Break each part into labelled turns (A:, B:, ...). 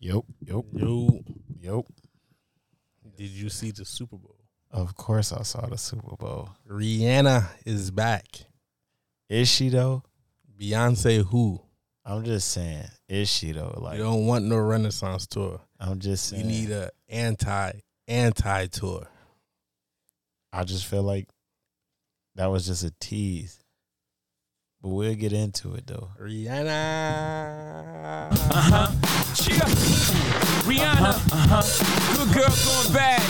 A: Yep. Yep.
B: Yo,
A: Yep.
B: did you see the Super Bowl?
A: Of course, I saw the Super Bowl.
B: Rihanna is back.
A: Is she though?
B: Beyonce, who
A: I'm just saying. Is she though? Like
B: you don't want no Renaissance tour.
A: I'm just
B: You
A: saying.
B: need a anti anti tour.
A: I just feel like that was just a tease. But we'll get into it though.
B: Rihanna.
C: She got Rihanna, Uh-huh. good girl going bad.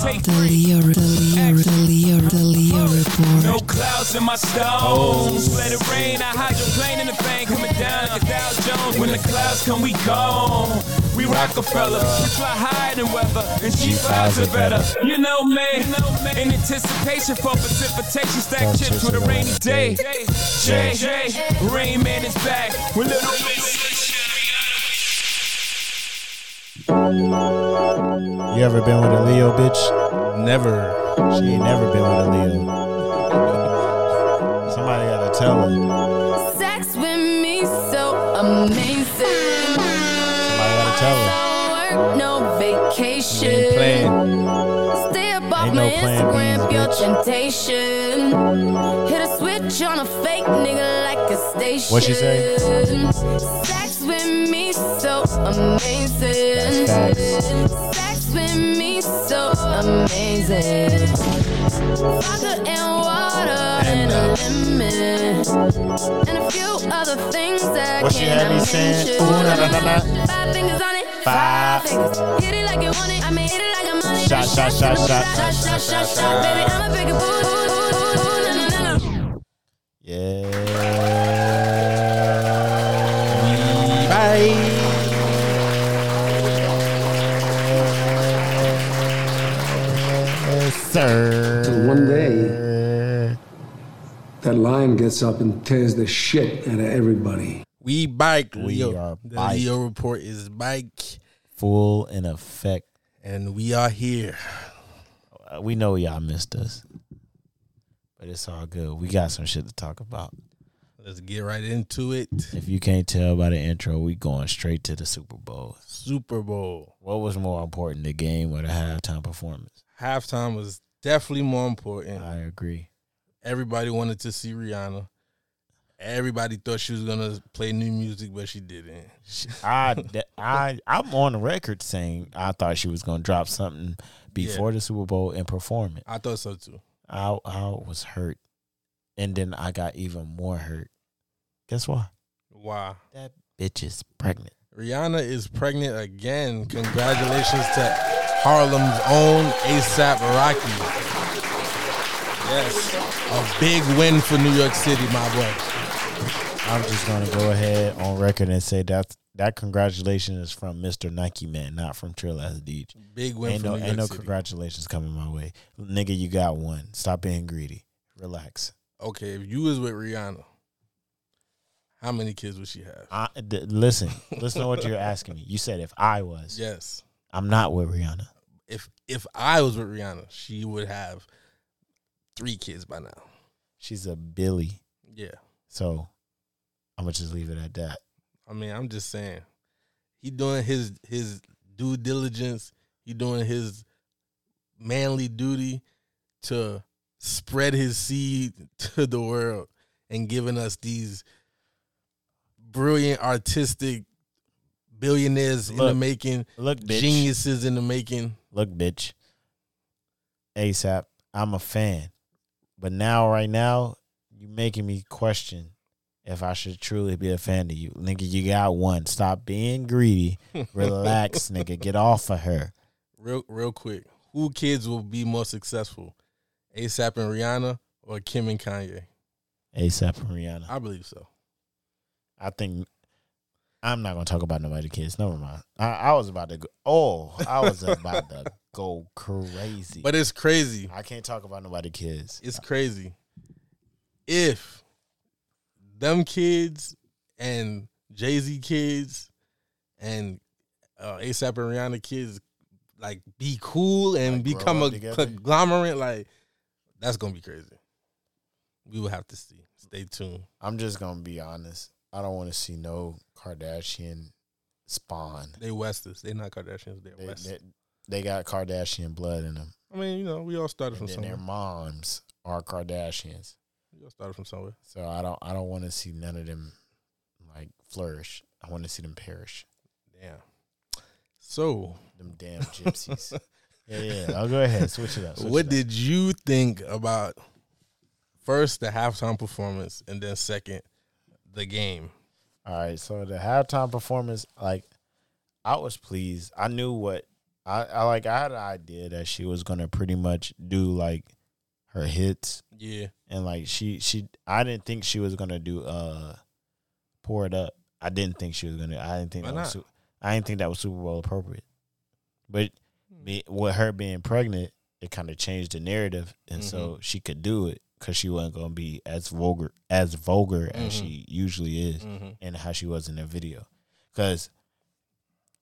C: Take
D: The Leo, the Leo, the Leo, the Leo report.
C: no clouds in my stones. Let it rain, I hydroplane in the thing coming down like a Dow Jones. When the clouds come, we gone. We Rockefeller, we fly higher than weather, and she flies it better. You know me, in anticipation for precipitation, stack chips with a rainy day. Jay, Rain Man is back with little
A: You ever been with a Leo bitch?
B: Never.
A: She ain't never been with a Leo. Somebody gotta tell her.
E: Sex with me so amazing.
A: Somebody gotta tell her.
E: No work, no vacation.
A: Ain't playing.
E: Stay up off
A: Ain't
E: my
A: no plan
E: Instagram,
A: Bs,
E: pure
A: bitch.
E: temptation. Hit a switch on a fake nigga like a station.
A: What she say?
E: Sex with me so amazing.
A: That's
E: Sex with me so amazing. Vodka and water and,
A: uh,
E: a lemon. And a few other things that
A: What she had
E: can't
A: me saying?
E: mention.
A: Ooh, na, na, na, na.
E: Five fingers on it.
A: Five.
E: fingers. Hit it like you want it. I mean, hit it like I'm on it.
A: Shot, shot, shot, shot.
E: Shot, shot, shot, shot. Baby, I'm a bigger boo. boo, boo, boo, boo, na, na, na, na.
A: Yeah. Yes, sir.
F: So one day- That lion gets up and tears the shit out of everybody.
B: We bike.
A: We
B: Leo.
A: are
B: the
A: bike.
B: Leo report is bike,
A: Full in effect.
B: and we are here.
A: Uh, We know y'all missed us, but it's all good. We got some shit to talk about.
B: Let's get right into it.
A: If you can't tell by the intro, we going straight to the Super Bowl.
B: Super Bowl
A: What was more important, the game or the halftime performance?
B: halftime was definitely more important.
A: I agree.
B: Everybody wanted to see Rihanna. Everybody thought she was gonna play new music, but she didn't.
A: I, I, I'm on the record saying I thought she was going to drop something before the Super Bowl and perform it.
B: I thought so too.
A: I, I was hurt, and then I got even more hurt. Guess why?
B: Wow.
A: That bitch is pregnant.
B: Rihanna is pregnant again. Congratulations to Harlem's own ASAP Rocky. Yes. A big win for New York City, my boy.
A: I'm just going to go ahead on record and say that that congratulation is from Mr. Nike Man, not from Trill as Deej.
B: Big win
A: Ain't
B: for
A: no,
B: New
A: ain't
B: York
A: no
B: City.
A: congratulations coming my way, nigga. You got one. Stop being greedy. Relax.
B: okay, if you was with Rihanna, how many kids would she have?
A: I, d- listen, listen to what you're asking me. You said if I was,
B: Yes.
A: I'm not with Rihanna.
B: If if I was with Rihanna, she would have three kids by now.
A: She's a Billy,
B: Yeah.
A: so I'm gonna just leave it at that.
B: I mean, I'm just saying, he doing his his due diligence. He doing his manly duty to spread his seed to the world and giving us these brilliant artistic billionaires in the
A: Look,
B: making,
A: Look, bitch.
B: geniuses in the making.
A: Look, bitch. ASAP. I'm a fan, but now, right now, you making me question if I should truly be a fan of you, nigga. You got one. Stop being greedy. Relax, nigga. Get off of her.
B: Real real quick, who kids will be more successful, ASAP and Rihanna or Kim and Kanye?
A: ASAP and Rihanna.
B: I believe so.
A: I think I'm not gonna talk about nobody kids. Never mind. I, I was about to go. Oh, I was about to go crazy.
B: But it's crazy.
A: I can't talk about nobody kids.
B: It's crazy. If them kids and Jay Z kids and uh, ASAP and Rihanna kids like be cool and
A: Like, grow
B: become
A: up
B: a
A: together.
B: conglomerate, like that's gonna be crazy. We will have to see. Stay tuned.
A: I'm just gonna be honest. I don't want to see no Kardashian Spawn.
B: They Westers. They not Kardashians. They're
A: They,
B: Westers.
A: they, they got Kardashian blood in them.
B: I mean, you know, we all started
A: And
B: from
A: then their
B: somewhere.
A: moms are Kardashians.
B: We all started from somewhere.
A: So I don't I don't want to see none of them like flourish. I want to see them perish.
B: Damn. So,
A: Them damn gypsies. yeah, yeah. I'll go ahead. Switch it up. switch
B: what
A: it
B: did you think about first the halftime performance and then second the game?
A: All right, so the halftime performance, like, I was pleased. I knew what I, I like. I had an idea that she was gonna pretty much do like her hits,
B: Yeah.
A: and like she she. I didn't think she was gonna do uh, pour it up. I didn't think she was gonna. I didn't think
B: Why
A: that was.
B: not?
A: Su- I didn't think that was Super Bowl appropriate, but be, with her being pregnant, it kind of changed the narrative, and
B: Mm-hmm.
A: so she could do it because she wasn't gonna be as vulgar as vulgar as she usually is
B: Mm-hmm.
A: and how she was in the video. Because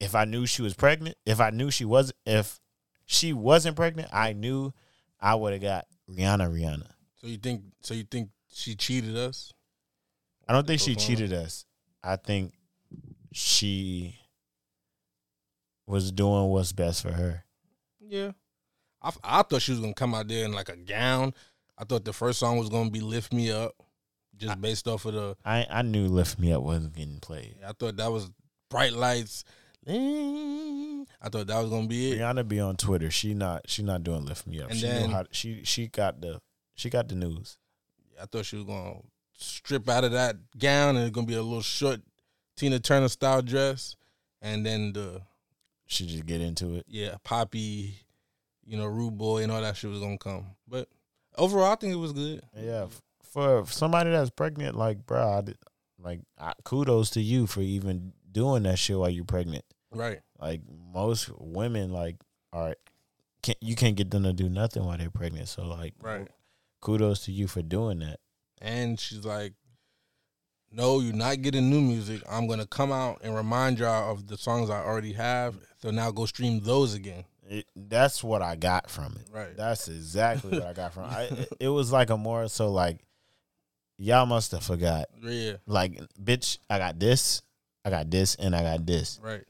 A: if I knew she was pregnant, if I knew she was, if she wasn't pregnant, I knew I would have got Rihanna. Rihanna.
B: So you think? So you think she cheated us?
A: I don't think she
B: Perform.
A: cheated us. I think she was doing what's best for her.
B: Yeah. I, f- I thought she was gonna come out there in like a gown. I thought the first song was gonna be "Lift Me Up," just based off of the.
A: I I knew "Lift Me Up" wasn't getting played.
B: I thought that was bright lights. I thought that was gonna be it.
A: Rihanna be on Twitter. She not she not doing "Lift Me Up."
B: And
A: she
B: then-
A: knew how she she got the she got the news.
B: I thought she was gonna strip out of that gown and it's gonna be a little short Tina Turner style dress, and then the
A: She just get into it.
B: yeah poppy, you know, rude boy and all that shit was gonna come. But overall, I think it was good.
A: Yeah, f- for somebody that's pregnant, like, bro, I did, like, I, kudos to you for even doing that shit while you're pregnant.
B: Right.
A: Like most women, like, all right, can't, you can't get them to do nothing while they're pregnant. So like,
B: Right.
A: kudos to you for doing that.
B: And she's like, "No, you're not getting new music. I'm gonna come out and remind y'all of the songs I already have. So now go stream those again."
A: It, that's what I got from it.
B: Right.
A: That's exactly what I got from it. I, it. It was like a more so like, y'all must have forgot.
B: Yeah.
A: Like, bitch, I got this, I got this, and I got this.
B: Right.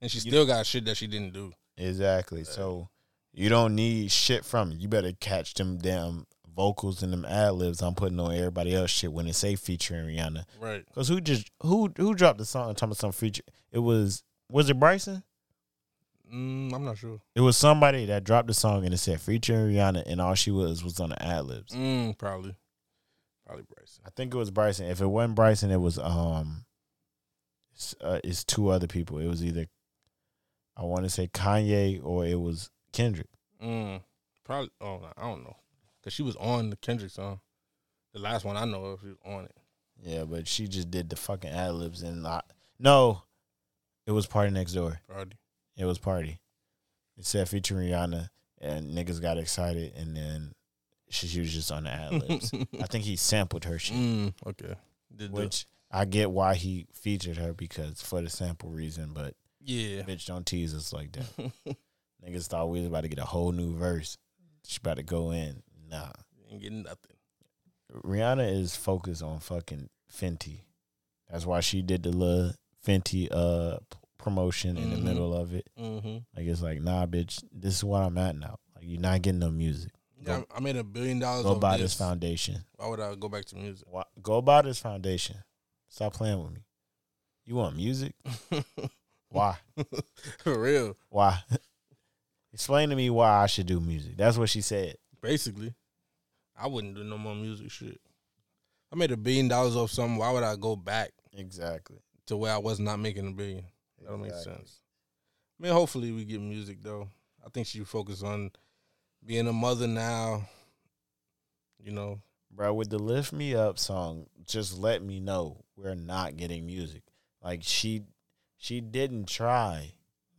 B: And she still got shit that she didn't do.
A: Exactly. So you don't need shit from it. You better catch them damn vocals and them ad libs I'm putting on everybody else shit when it say featuring Rihanna.
B: Right.
A: Cause who just who who dropped the song talking about some feature? It was was it Bryson?
B: Mm, I'm not sure.
A: It was somebody that dropped the song and it said featuring Rihanna and all she was was on the ad libs.
B: Mm, probably. Probably Bryson.
A: I think it was Bryson. If it wasn't Bryson, it was um, it's, uh, it's two other people. It was either I want to say Kanye or it was Kendrick.
B: Mm, probably. Oh, no, I don't know. Cause she was on the Kendrick song. The last one I know of, she was on it.
A: Yeah, but she just did the fucking ad libs and I, no, it was party next door.
B: Probably.
A: It was party. It said featuring Rihanna, and niggas got excited, and then she, she was just on the ad libs. I think he sampled her shit,
B: Mm, okay. Did the-
A: which I get why he featured her because for the sample reason, but
B: yeah.
A: bitch, don't tease us like that. niggas thought we was about to get a whole new verse. She about to go in. Nah,
B: Ain't getting nothing.
A: Rihanna is focused on fucking Fenty. That's why she did the little Fenty uh p- promotion in the
B: Mhm.
A: middle of it.
B: Mm-hmm.
A: Like it's like, nah, bitch, this is what I'm at now. Like you're not getting no music.
B: Yeah, I I made a billion dollars.
A: Go
B: off
A: buy
B: this.
A: this foundation.
B: Why would I go back to music?
A: Why, go buy this foundation. Stop playing with me. You want music? Why?
B: For real,
A: Why? Explain to me why I should do music. That's what she said.
B: basically, I wouldn't do no more music shit. I made a billion dollars off something. Why would I go back
A: Exactly.
B: to where I was not making a billion? That don't make
A: Exactly.
B: sense. I mean, hopefully we get music though. I think she focused on being a mother now. You know,
A: bro with the lift me up song just let me know we're not getting music like she she didn't try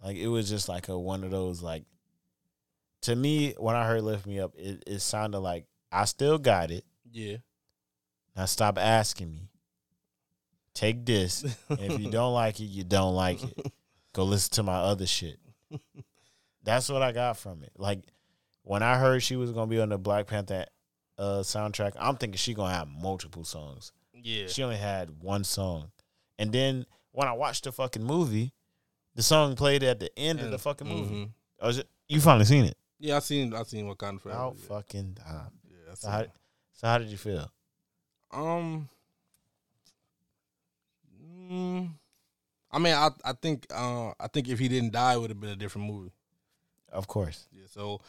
A: like it was just like a one of those like to me when i heard lift me up it, it sounded like i still got it
B: yeah,
A: now stop asking me take this and if you don't like it you don't like it go listen to my other shit that's what i got from it like when i heard she was gonna be on the black panther uh, soundtrack i'm thinking she gonna have multiple songs
B: yeah,
A: she only had one song. And then when I watched the fucking movie, The song played at the end of the fucking movie.
B: Mhm.
A: Oh, is it- you finally seen it?
B: Yeah, I seen I seen Wakanda Forever.
A: Out
B: yeah.
A: fucking time.
B: Yeah, I
A: So how,
B: seen
A: so how did you feel?
B: it. Um, mm, I mean, I I think uh, I think if he didn't die, it would have been a different movie.
A: Of course.
B: Yeah, so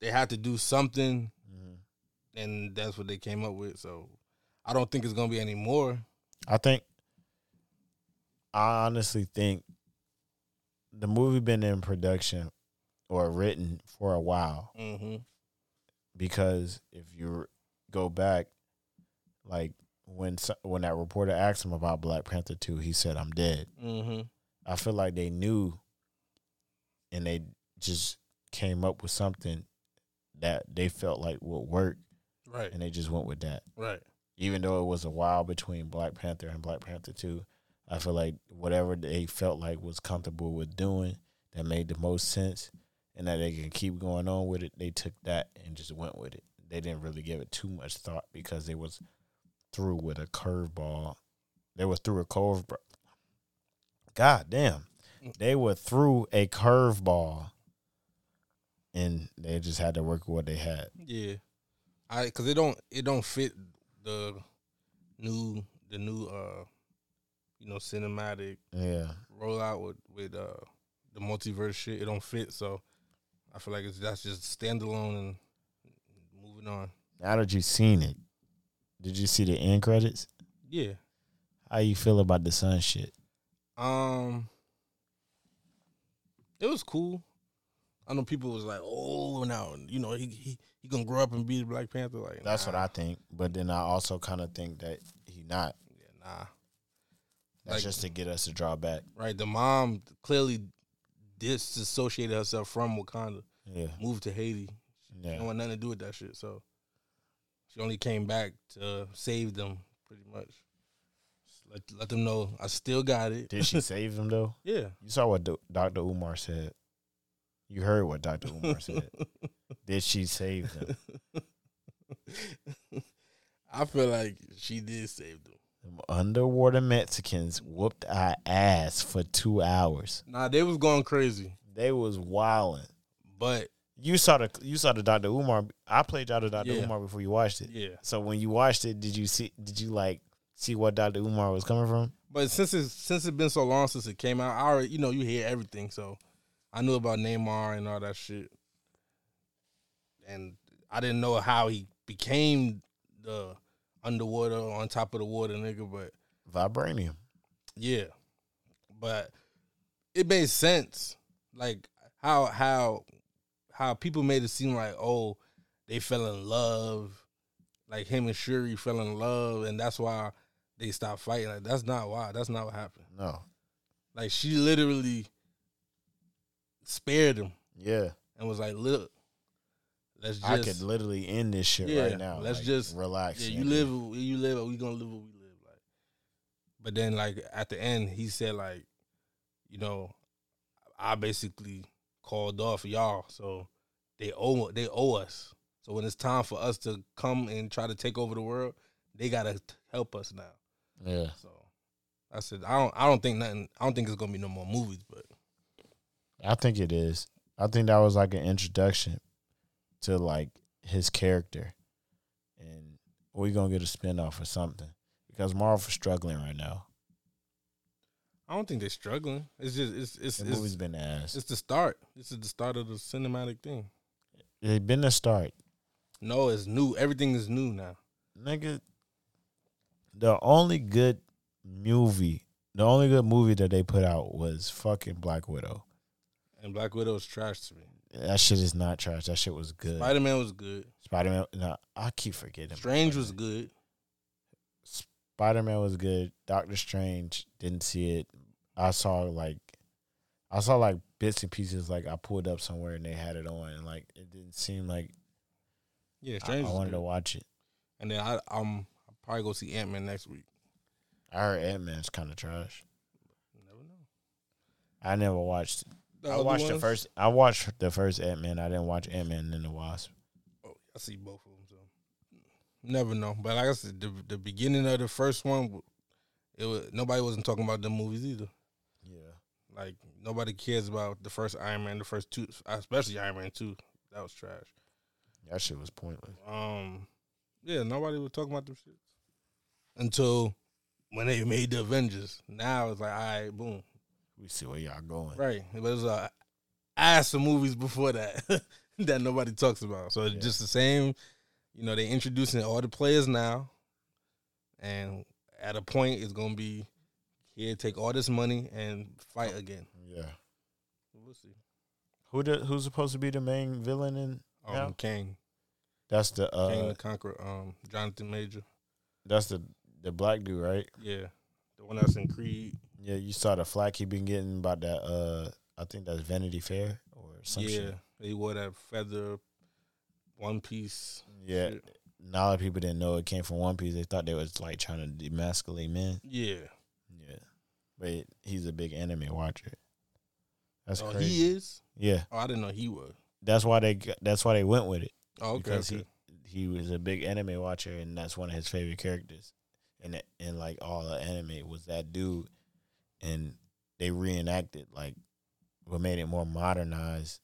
B: they had to do something,
A: Mhm.
B: and that's what they came up with. So I don't think it's gonna be any more.
A: I think I honestly think the movie been in production or written for a while
B: Mm-hmm.
A: because if you go back, like when so- when that reporter asked him about Black Panther two, he said, "I'm dead."
B: Mm-hmm.
A: I feel like they knew, and they just came up with something that they felt like would work,
B: Right.
A: and they just went with that.
B: Right.
A: even though it was a while between Black Panther and Black Panther 2, I feel like whatever they felt like was comfortable with doing that made the most sense and that they can keep going on with it, they took that and just went with it. They didn't really give it too much thought because they was through with a curveball. They were through a curve. God damn. They were through a curveball and they just had to work with what they had.
B: Yeah, I because it don't it don't fit the new the new uh you know cinematic
A: Yeah.
B: rollout with with uh the multiverse shit. It don't fit, so I feel like it's that's just standalone and moving on.
A: Now that you've seen it, did you see the end credits?
B: Yeah.
A: How you feel about the sun shit?
B: Um, it was cool. I know people was like, "Oh, now you know he he, he gonna grow up and be the Black Panther." Like
A: That's what
B: nah.
A: I think. But then I also kind of think that he not.
B: Yeah, nah.
A: That's
B: Like-
A: just to get us to draw back.
B: Right, the mom clearly disassociated herself from Wakanda,
A: Yeah,
B: moved to Haiti. She
A: yeah.
B: don't want nothing to do with that shit. So she only came back to save them, pretty much. Just Let, let them know I still got it.
A: Did she save him though?
B: Yeah.
A: You saw what Do- Dr. Umar said. You heard what Dr. Umar said. Did she save them?
B: I feel like she did save them.
A: Them underwater Mexicans whooped our ass for two hours.
B: Nah, they was going crazy,
A: They was wilding.
B: but
A: You saw the you saw the Dr. Umar. I played y'all the Dr.
B: Yeah.
A: Umar before you watched it.
B: yeah.
A: So when you watched it, did you see? Did you like see what Dr. Umar was coming from?
B: But since it's since it's been so long since it came out, I already you know you hear everything. So I knew about Neymar and all that shit, and I didn't know how he became the underwater on top of the water nigga. But
A: Vibranium.
B: yeah, but it made sense. Like how how how people made it seem like oh they fell in love, like him and Shuri fell in love, and that's why they stopped fighting. Like that's not why. That's not what happened.
A: No.
B: Like she literally spared him
A: Yeah,
B: and was like, "Look, let's just
A: I could literally end this shit
B: Yeah,
A: right now.
B: let's
A: Like,
B: just-
A: relax.
B: yeah, you
A: nigga.
B: live, where you live, we gonna live what we live." Like, but then like at the end, he said like, "You know, I basically called off y'all, so they owe they owe us. So when it's time for us to come and try to take over the world, they gotta t- help us now."
A: Yeah,
B: So I said, "I don't, I don't think nothing. I don't think it's gonna be no more movies, but."
A: I think it is. I think that was like an introduction to like his character, and we gonna get a spinoff or something because Marvel's struggling right now.
B: I don't think they're struggling. It's just it's it's
A: The
B: it's,
A: movie's been ass.
B: it's the start. This is the start of the cinematic thing.
A: It's been a start,
B: No, it's new. Everything is new now.
A: nigga. The only good movie, the only good movie that they put out was fucking Black Widow.
B: And Black Widow is trash to me.
A: That shit is not trash. That shit was good.
B: Spider Man was good.
A: Spider Man. No, I keep forgetting.
B: Strange was good.
A: Spider Man was good. Doctor Strange didn't see it. I saw like, I saw like bits and pieces. Like I pulled up somewhere and they had it on, and like it didn't seem like
B: Yeah,
A: I, I
B: Strange. was
A: wanted
B: good.
A: to watch it.
B: And then I um I'll probably go see Ant Man next week.
A: I heard Ant Man's kind of trash.
B: You never know.
A: I never watched.
B: The
A: I
B: other
A: watched the
B: ones-
A: first. I watched the first Ant Man. I didn't watch Ant Man and the Wasp.
B: Oh, I see both of them. So never know. But like I said, the the beginning of the first one, it was nobody wasn't talking about the movies either.
A: Yeah,
B: Like nobody cares about the first Iron Man, the first two, especially Iron Man two. That was trash.
A: That shit was pointless.
B: Um, yeah, nobody was talking about them shits until when they made the Avengers. Now it's like, all right, boom,
A: We see where y'all going.
B: right. It was uh, ass of movies before that that nobody talks about. So it's
A: Yeah.
B: just the same. You know, they introducing all the players now, and at a point, it's gonna be here. Take all this money and fight again.
A: Yeah.
B: We'll see.
A: Who the, who's supposed to be the main villain in?
B: Um,
A: Yeah.
B: Kang,
A: That's the
B: Kang
A: uh,
B: the Conqueror, um, Jonathan Major.
A: that's the the black dude, right?
B: Yeah, the one that's in Creed.
A: Yeah, you saw the flack he been getting about that. Uh, I think that's Vanity Fair or some
B: yeah,
A: shit.
B: they wore that feather, one piece.
A: Yeah,
B: shit.
A: Now a lot of people didn't know it came from One Piece. They thought they was like trying to demasculate men.
B: yeah.
A: Yeah, but he's a big anime watcher. That's
B: Oh,
A: crazy.
B: he is.
A: yeah,
B: Oh, I didn't know he was.
A: that's why they g- that's why they went with it
B: Oh, okay.
A: because
B: okay.
A: he he was a big anime watcher and that's one of his favorite characters. And it- and like all the anime was that dude, and they reenacted like what made it more modernized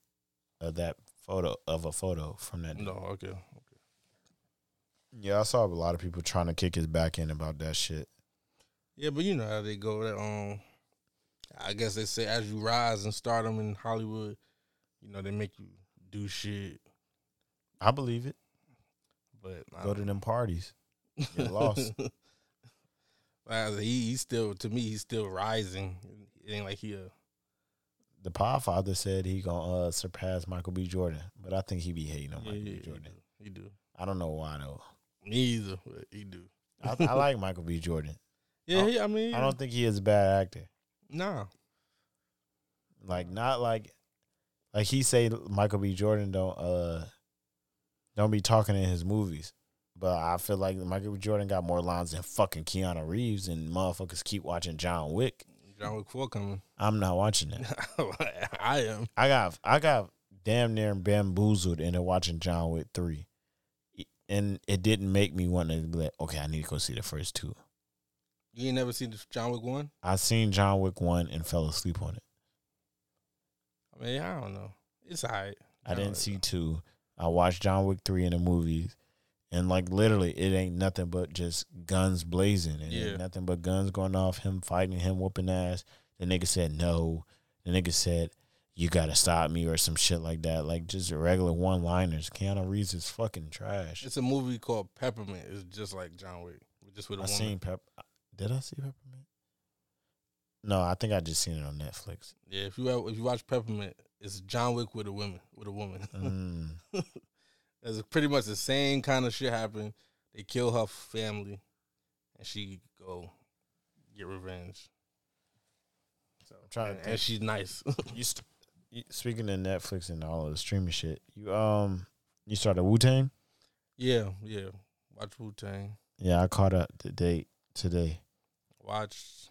A: of that photo of a photo from that. dude.
B: no, okay.
A: Yeah, I saw a lot of people trying to kick his back in about that shit.
B: Yeah, but you know how they go. That um, I guess they say as you rise and stardom in Hollywood, you know they make you do shit.
A: I believe it.
B: But I
A: Go to them parties. Get lost.
B: Like, he he's still to me he's still rising. It ain't like he a
A: the Podfather said he gonna uh, surpass Michael B. Jordan, but I think he be hating on
B: yeah,
A: Michael
B: yeah,
A: B. Jordan.
B: He do.
A: I don't know why though.
B: He do. Me either, but he do.
A: I, I like Michael B. Jordan.
B: Yeah, he, I mean,
A: I don't think he is a bad actor.
B: nah.
A: Like not like like he say Michael B. Jordan don't uh don't be talking in his movies. But I feel like Michael B. Jordan got more lines than fucking Keanu Reeves and motherfuckers keep watching John Wick.
B: John Wick four coming.
A: I'm not watching that.
B: I am.
A: I got I got damn near bamboozled into watching John Wick three, E, and it didn't make me want to be like, okay, I need to go see the first two.
B: You ain't never seen the John Wick one?
A: I seen John Wick one and fell asleep on it.
B: I mean, I don't know. It's alright.
A: I didn't see two. I watched John Wick three in the movies, and like literally, it ain't nothing but just guns blazing and
B: Yeah.
A: nothing but guns going off. Him fighting, him whooping ass. The nigga said no. The nigga said. You gotta stop me or some shit like that, like just regular one liners. Keanu Reeves is fucking trash.
B: It's a movie called Peppermint. It's just like John Wick, just with a
A: I
B: woman.
A: seen pep. Did I see peppermint? No, I think I just seen it on Netflix.
B: Yeah, if you ever, if you watch Peppermint, it's John Wick with a woman with a woman.
A: Mm.
B: It's pretty much the same kind of shit happen. They kill her family, and she go get revenge. So I'm
A: trying to
B: and, and she's nice.
A: you, st- you- speaking of Netflix and all of the streaming shit, you um, you started Wu Tang.
B: yeah, yeah. Watch Wu Tang.
A: Yeah, I caught up to date today.
B: Watch.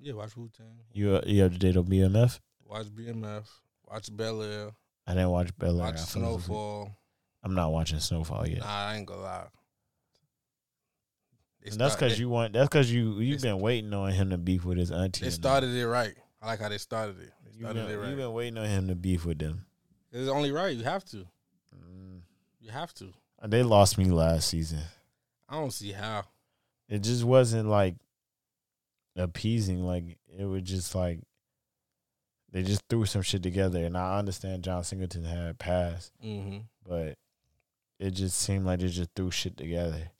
B: Yeah, watch Wu Tang.
A: You uh, you up to date on BMF?
B: Watch BMF. Watch Bel Air.
A: I didn't watch Bel Air.
B: Watch
A: I fell asleep.
B: Snowfall.
A: I'm not watching Snowfall yet.
B: Nah, I ain't gonna lie. They
A: and that's
B: start-
A: because
B: they-
A: you want. That's because you you've
B: they-
A: been waiting on him to beef with his auntie.
B: They
A: and them.
B: started it right. I like how they started it. They
A: You've
B: started
A: been,
B: it right.
A: you been waiting on him to beef with them.
B: it's only right. You have to.
A: Mm.
B: You have to.
A: They lost me last season.
B: I don't see how.
A: it just wasn't like appeasing. Like it was just like they just threw some shit together. And I understand John Singleton had passed,
B: Mm-hmm.
A: but it just seemed like they just threw shit together.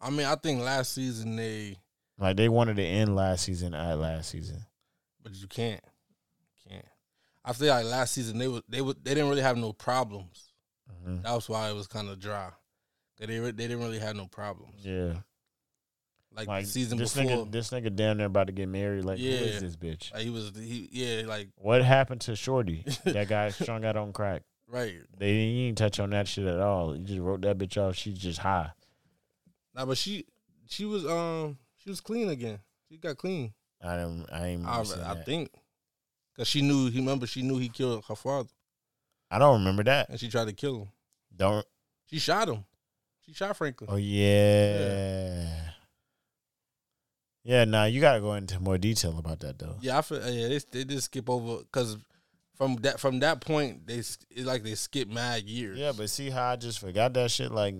B: I mean, I think last season they,
A: Like they wanted to end last season at last season.
B: but you can't, can't. I feel like last season they was they was they didn't really have no problems.
A: Mhm.
B: That was why it was kind of dry. 'Cause They re- they didn't really have no problems.
A: Yeah,
B: Like,
A: like
B: the season
A: this
B: before,
A: nigga, this nigga damn near about to get married. Like who
B: Yeah.
A: is this bitch?
B: like, he was he yeah like
A: What happened to Shorty? that guy strung out on crack.
B: right.
A: They didn't even touch on that shit at all. You just wrote that bitch off. She's just high.
B: Nah, but she she was um she was clean again. She got clean.
A: I didn't. Mm, I ain't.
B: I,
A: even seen
B: I
A: that.
B: think because she knew he remember she knew he killed her father
A: I don't remember that.
B: and she tried to kill him.
A: Don't.
B: She shot him. She shot Franklin.
A: Oh yeah. Yeah, now you gotta go into more detail about that though.
B: Yeah, I feel, yeah, they, they just skip over because from that from that point they s- it's like they skip mad years.
A: Yeah, but see how I just forgot that shit. Like,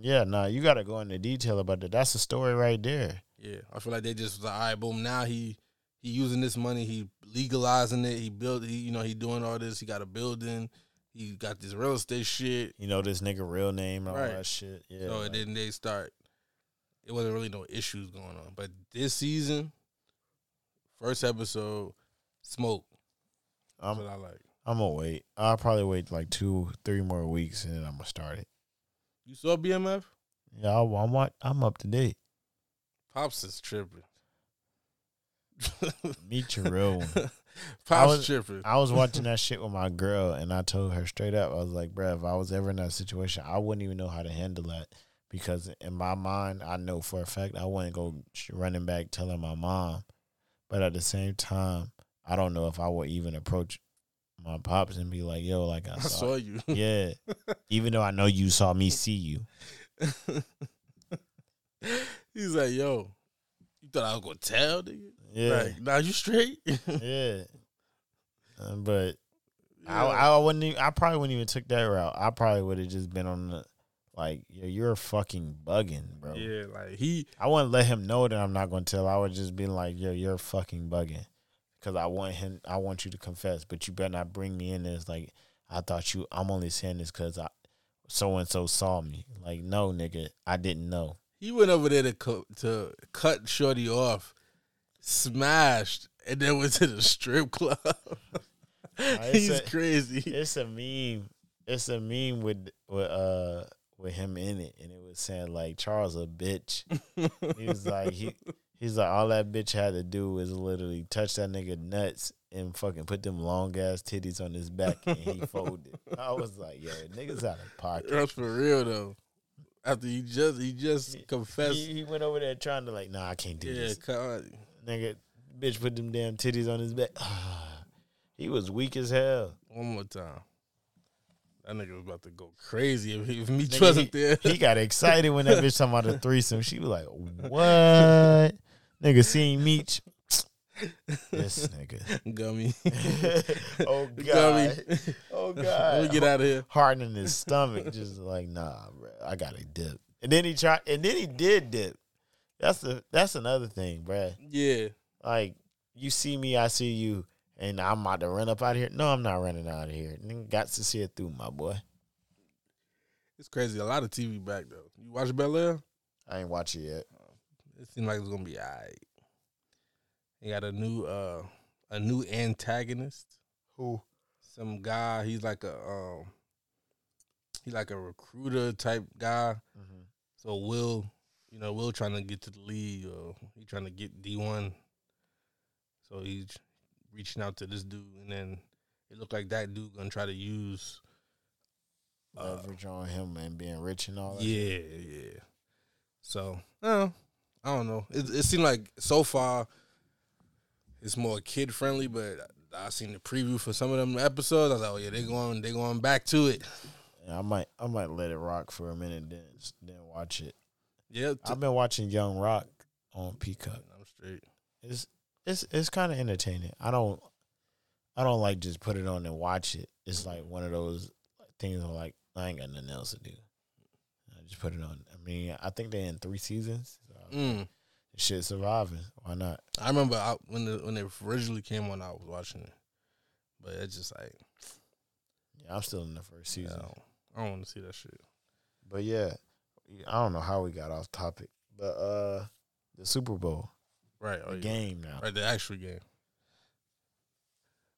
A: yeah, nah, you gotta go into detail about that. That's a story right there.
B: yeah. I feel like they just was like, all right, boom. Now he he using this money, he legalizing it, he build, he you know he doing all this. He got a building, he got this real estate shit.
A: You know this nigga real name and all
B: Right.
A: that shit. Yeah,
B: so
A: like,
B: then they start. It wasn't really no issues going on, but this season, first episode, smoke. That's
A: I'm
B: what I like.
A: I'm gonna wait. I'll probably wait like two, three more weeks, and then I'm gonna start it.
B: You saw BMF?
A: Yeah, I, I'm wa- I'm up to date.
B: Pops is tripping.
A: Meet your real one. I
B: Pops
A: was-
B: tripping.
A: I was watching that shit with my girl, and I told her straight up, I was like, bruh, if I was ever in that situation, I wouldn't even know how to handle that because in my mind, I know for a fact I wouldn't go sh- running back telling my mom, but at the same time, I don't know if I would even approach my pops and be like, yo, like I
B: I
A: saw,
B: saw you.
A: yeah, even though I know you saw me see you,
B: He's like, yo, you thought I was gonna tell, nigga?
A: yeah,
B: Like, nah, you straight?
A: yeah, Uh, but. I, I wouldn't. Even, I probably wouldn't even took that route. I probably would have just been on the like, yo, you're fucking bugging, bro.
B: yeah, like he
A: I wouldn't let him know that I'm not going to tell. I would just be like, yo, you're fucking bugging, because I want him. I want you to confess, but you better not bring me in this. Like, I thought you. I'm only saying this because I, so and so saw me. Like, no, nigga, I didn't know.
B: he went over there to co- to cut Shorty off, smashed, and then went to the strip club.
A: it's
B: He's
A: a-
B: crazy.
A: It's a meme. It's a meme with with uh with him in it, and it was saying like Charles a bitch. He was like he he's like all that bitch had to do was literally touch that nigga nuts and fucking put them long ass titties on his back and he folded. I was like, yo, niggas out of pocket.
B: That's for real though. After he just he just confessed.
A: He, he went over there trying to like, nah, I can't do
B: yeah,
A: this.
B: cut-
A: Nigga, bitch put them damn titties on his back. he was weak as hell.
B: one more time. That nigga was about to go crazy if, he, if me
A: Nigga,
B: wasn't
A: he-
B: there.
A: He got excited when that bitch talking about a threesome. She was like, "What, nigga? Seeing Meech? This nigga.
B: Gummy.
A: oh
B: Gummy.
A: god. Oh
B: Let me
A: god.
B: get out of here.
A: Hardening his stomach, just like, nah, bro. I gotta dip. And then he tried, and then he did dip. That's the that's another thing, bruh.
B: Yeah.
A: Like you see me, I see you, and I'm about to run up out of here. No, I'm not running out of here. Nigga got to see it through, my boy.
B: It's crazy. A lot of TV back though. You watch Bel Air?
A: I ain't watch it yet.
B: It seemed like it's gonna be alright. They got a new uh a new antagonist.
A: Who?
B: Some guy, he's like a um he like a recruiter type guy. So Will, you know, Will trying to get to the league or he trying to get D one. So he's reaching out to this dude and then it looked like that dude gonna try to use
A: Leverage on him and being rich and all that.
B: Uh, Yeah, yeah. So, uh, I don't know. It, it seemed like so far it's more kid friendly, but I, I seen the preview for some of them episodes. I was like, oh yeah, they going they going back to it.
A: Yeah, I might I might let it rock for a minute then then watch it.
B: Yeah,
A: I've been watching Young Rock on Peacock.
B: I'm straight.
A: It's it's it's kind of entertaining. I don't I don't like just put it on and watch it. It's like one of those things where like I ain't got nothing else to do. I just put it on. I mean, I think they're in three seasons. So
B: Mm.
A: Shit, surviving. Why not?
B: I remember I, when the, when it originally came on, I was watching it, but it's just like
A: Yeah, I'm still in the first
B: you
A: season.
B: know, I don't want to see that shit.
A: But yeah, I don't know how we got off topic. But uh, the Super Bowl
B: Right, oh,
A: the
B: yeah.
A: game now.
B: right, the actual game.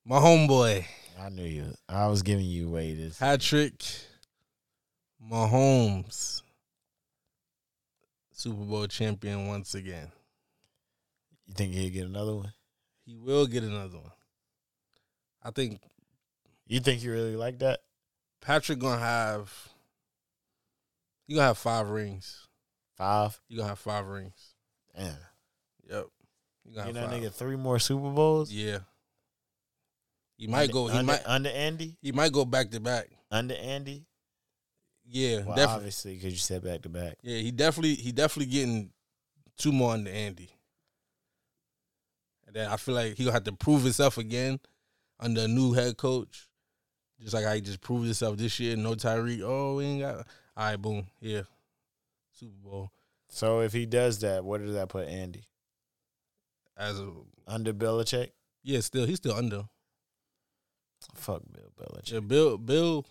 B: My homeboy.
A: I knew you. I was giving you away this.
B: Patrick Mahomes, Super Bowl champion once again.
A: You think he'll get another one?
B: He will get another one. I think
A: You think you really like that?
B: Patrick gonna have. You gonna have five rings.
A: Five?
B: You gonna have five rings.
A: Damn.
B: Yep. You gonna
A: You
B: have
A: know,
B: five.
A: nigga, three more Super Bowls?
B: Yeah. He might
A: Under-
B: go. He
A: under,
B: might.
A: Under Andy?
B: He might go back to back.
A: Under Andy?
B: Yeah,
A: Well,
B: definitely.
A: obviously, because you said back to back.
B: Yeah, he definitely. He definitely getting two more under Andy. that I feel like he gonna have to prove himself again under a new head coach. Just like I just proved himself this year. No Tyreek. Oh, we ain't got. All right, boom. Yeah, Super Bowl
A: So if he does that, where does that put Andy?
B: as a
A: Under Belichick?
B: yeah. Still, he's still under.
A: Fuck Bill Belichick.
B: Yeah, Bill. Bill.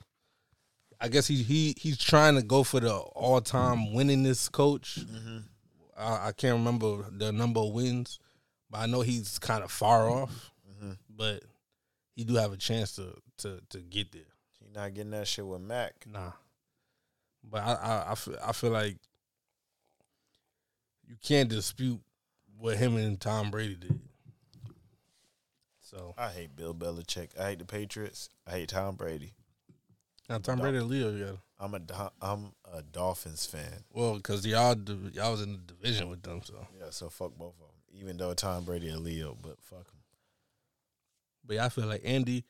B: I guess he he he's trying to go for the all time winningest coach. I, I can't remember the number of wins, but I know he's kind of far off.
A: Mhm.
B: But he do have a chance to to to get there.
A: He not getting that shit with Mac.
B: Nah. But I I, I, feel, I feel like you can't dispute what him and Tom Brady did. So
A: I hate Bill Belichick. I hate the Patriots. I hate Tom Brady.
B: now Tom Brady and Leo, yeah.
A: I'm a Do- I'm a Dolphins fan.
B: Well, because y'all div- y'all was in the division with them, so
A: Yeah, so fuck both of them. Even though Tom Brady a Leo, but fuck him.
B: but yeah, I feel like Andy.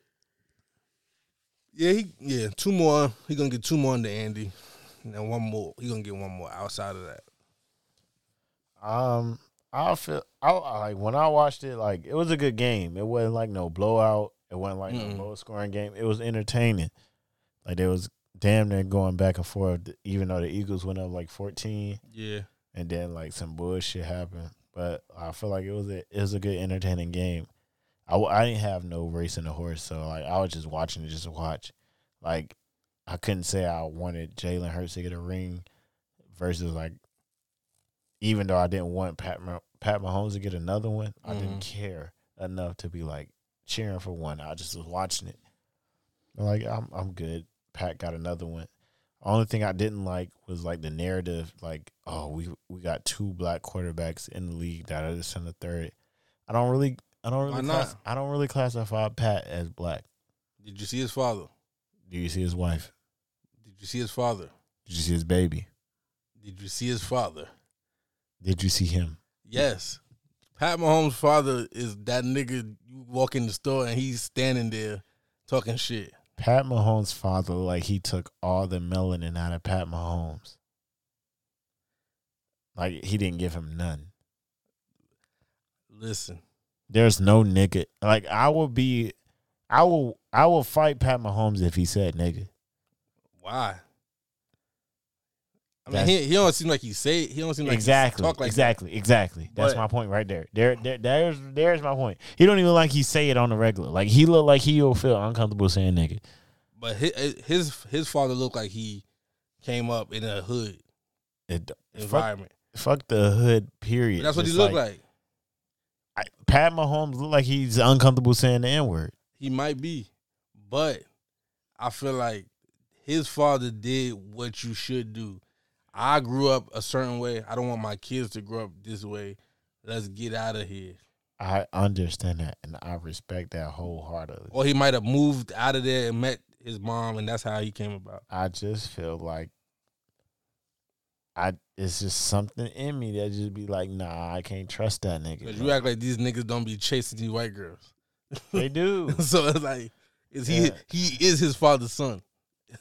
B: Yeah, he yeah two more. He gonna get two more under Andy, and then one more. He gonna get one more outside of that.
A: Um, I feel I I- like when I watched it, like it was a good game. It wasn't like no blowout. It wasn't like
B: Mm-mm.
A: no low scoring game. It was entertaining. Like there was damn near going back and forth, even though the Eagles went up like fourteen,
B: Yeah,
A: and then like some bullshit happened. But I feel like it was a it was a good entertaining game. I, w- I didn't have no race in the horse, so like I was just watching it just to watch. Like I couldn't say I wanted Jalen Hurts to get a ring versus like even though I didn't want Pat Ma- Pat Mahomes to get another one, I didn't
B: Mhm.
A: care enough to be like cheering for one. I just was watching it. And, like I'm I'm good. Pat got another one. Only thing I didn't like was like the narrative, like oh we we got two black quarterbacks in the league that are just in the third. I don't really I don't
B: Why
A: really
B: not?
A: class, I don't really classify Pat as black.
B: did you see his father?
A: Do you see his wife?
B: Did you see his father?
A: Did you see his baby?
B: Did you see his father?
A: Did you see him?
B: Yes. Pat Mahomes' father is that nigga you walk in the store and he's standing there talking shit.
A: Pat Mahomes' father looked like he took all the melanin out of Pat Mahomes. Like he didn't give him none.
B: Listen,
A: There's no nigga. Like I will be I will I will fight Pat Mahomes if he said nigga.
B: why? I mean,
A: That's-
B: he, he don't seem like he say he don't seem like he
A: exactly.
B: talk like
A: exactly. Exactly. That's
B: But-
A: my point right there. There there there's there's my point. He don't even like he say it on the regular. Like he look like he'll feel uncomfortable saying nigga.
B: that. But his, his his father looked like he came up in a hood
A: It, fuck,
B: environment.
A: fuck the hood period.
B: That's what he
A: It's
B: looked like.
A: I, Pat Mahomes look like he's uncomfortable saying the N word.
B: He might be, but I feel like his father did what you should do. I grew up a certain way. I don't want my kids to grow up this way. Let's get out of here.
A: I understand that and I respect that wholeheartedly.
B: Or he might have moved out of there and met his mom, and that's how he came about.
A: I just feel like I it's just something in me that just be like, nah, I can't trust that nigga.
B: Because you act like these niggas don't be chasing these white girls.
A: they do.
B: so it's like, is he
A: Yeah.
B: he is his father's son.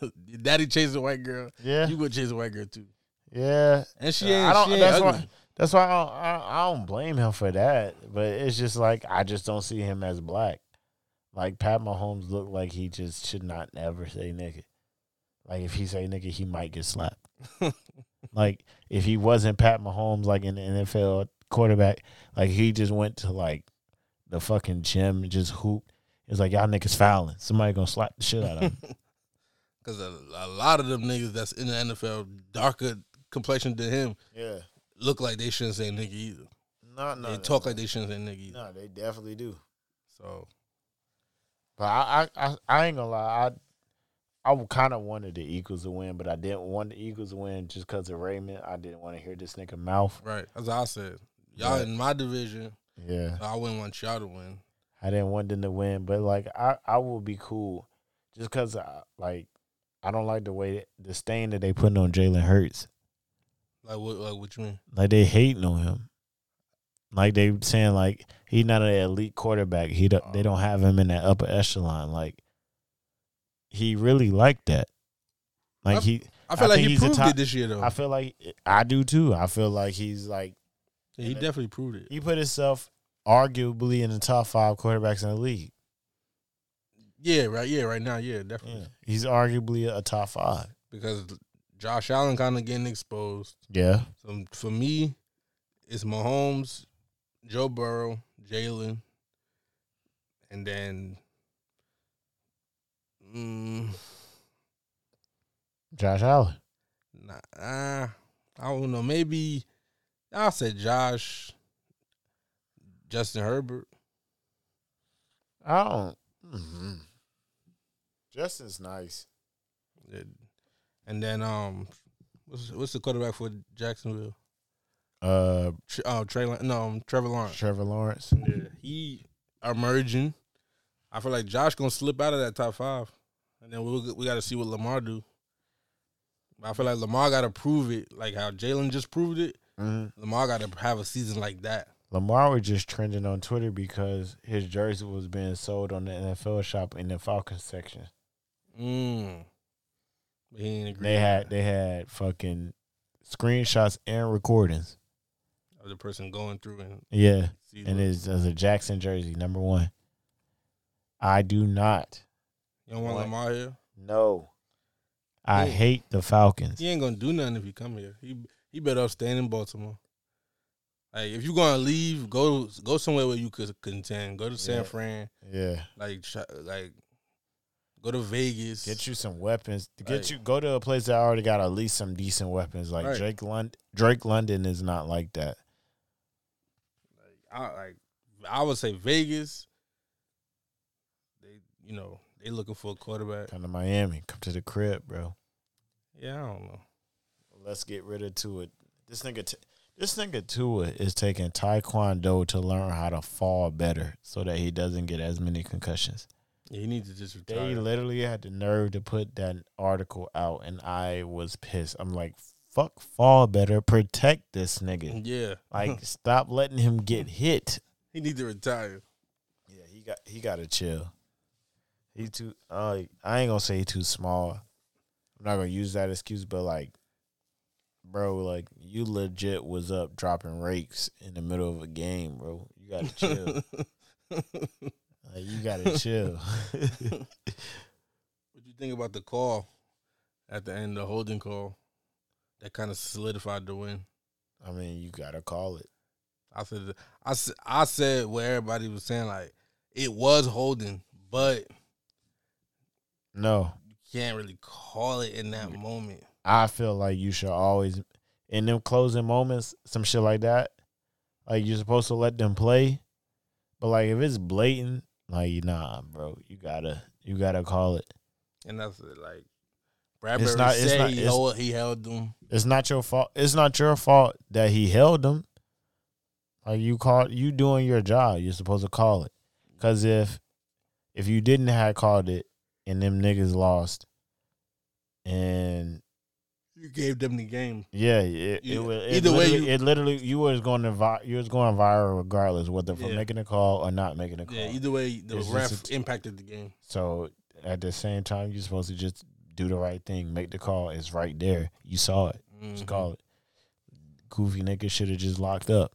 B: Daddy chased a white girl.
A: Yeah,
B: You go chase a white girl too. Uh,
A: yeah.
B: And she ain't.
A: I
B: she
A: don't.
B: ain't
A: That's
B: ugly.
A: why. That's why I don't, I, I don't blame him for that. But it's just like I just don't see him as black. Like Pat Mahomes looked like he just should not ever say nigga. Like if he say nigga, he might get slapped. like if he wasn't Pat Mahomes, like in the NFL quarterback, like he just went to like the fucking gym and just hooped. It's like y'all niggas fouling. Somebody gonna slap the shit out of him.
B: Because a, a lot of them niggas that's in the NFL, darker complexion than him,
A: yeah,
B: look like they shouldn't say nigga either.
A: no, no.
B: they talk like they shouldn't say nigga either.
A: they definitely do.
B: So
A: But I, I, I, I ain't gonna lie. I, I kind of wanted the Eagles to win, but I didn't want the Eagles to win just because of Raymond. I didn't want to hear this nigga mouth.
B: right, as I said, y'all
A: Right.
B: in my division,
A: Yeah,
B: I wouldn't want y'all to win.
A: I didn't want them to win, but like I, I will be cool just because I like. I don't like the way that, the stain that they putting on Jalen Hurts.
B: Like what? Like what you mean?
A: Like they hating on him. Like they saying like he's not an elite quarterback. He do, they don't have him in that upper echelon. Like he really liked that. Like
B: I-
A: he.
B: I feel like
A: think
B: he
A: he's a
B: proved
A: top-
B: it this year though.
A: I feel like I do too. I feel like he's like
B: Yeah, he definitely proved it.
A: he put himself arguably in the top five quarterbacks in the league.
B: Yeah, right. Yeah, right now. Yeah, definitely.
A: Yeah. He's arguably a top five.
B: Because Josh Allen kind of getting exposed.
A: Yeah.
B: So for me, it's Mahomes, Joe Burrow, Jalen, and then. Mm,
A: Josh Allen.
B: nah, uh, I don't know. Maybe I'll say Josh, Justin Herbert.
A: I don't. Mhm. Justin's nice.
B: And then um, what's what's the quarterback for Jacksonville?
A: Uh,
B: Tr- Oh, Trey. Lan- No, um, Trevor Lawrence.
A: Trevor Lawrence.
B: Yeah, he emerging. I feel like Josh gonna slip out of that top five, and then we we got to see what Lamar do. But I feel like Lamar got to prove it, like how Jalen just proved it.
A: Mhm.
B: Lamar got to have a season like that.
A: Lamar was just trending on Twitter because his jersey was being sold on the NFL shop in the Falcons section.
B: Mm. But he ain't agree
A: They had they had fucking screenshots and recordings.
B: of the person going through and
A: Yeah,
B: see.
A: and it's as a Jackson jersey, number one. I do not.
B: you don't want
A: What?
B: Lamar here.
A: No. I
B: Yeah.
A: hate the Falcons.
B: He ain't gonna do nothing if he come here. He he better off staying in Baltimore. Like if you gonna leave, go go somewhere where you could contend. Go to San
A: Yeah.
B: Fran,
A: Yeah.
B: like sh- like go to Vegas.
A: Get you some weapons. Get
B: Right.
A: you go to a place that already got at least some decent weapons. Like
B: Right.
A: Drake Lund Drake London is not like that.
B: I, like I would say Vegas. They you know they looking for a quarterback.
A: Come to Miami. Come to the crib, bro.
B: Yeah, I don't know.
A: Let's get rid of Tua. This nigga, t- this nigga Tua is taking Taekwondo to learn how to fall better, so that he doesn't get as many concussions.
B: Yeah, he needs to just
A: They
B: retire.
A: literally had the nerve to put that article out, and I was pissed. I'm like, fuck, fall better, protect this nigga.
B: yeah,
A: Like, stop letting him get hit.
B: he needs to retire.
A: Yeah, he got he got to chill. He too. Uh, I ain't gonna say he too small. I'm not gonna use that excuse, but like, bro, like you legit was up dropping rakes in the middle of a game, bro. You gotta chill. like, you gotta chill.
B: What you think about the call at the end, the holding call? That kind of solidified the win.
A: I mean, you gotta call it.
B: I said, I said, I said what everybody was saying. Like it was holding, but
A: No,
B: you can't really call it in that moment.
A: I feel like you should always in them closing moments, some shit like that. Like you're supposed to let them play, but like if it's blatant, like nah, bro, you gotta you gotta call it.
B: And that's it, like Bradbury
A: not- it's
B: said
A: not-
B: he,
A: it's-
B: held, he held them.
A: It's not your fault. It's not your fault that he held them. Like you called you doing your job. You're supposed to call it. Cause if if you didn't have called it and them niggas lost, and
B: You gave them the game.
A: Yeah, it,
B: You-
A: it was it
B: either way,
A: literally-
B: you-
A: it literally you was going to vi- you was going viral regardless whether from
B: Yeah.
A: making a call or not making a call.
B: Yeah. Either way, the
A: It's just a
B: ref
A: t-
B: impacted the game.
A: so at the same time, you're supposed to just do the right thing, make the call. It's right there. You saw it. Just
B: Mhm.
A: call it. Goofy nigga should have just locked up.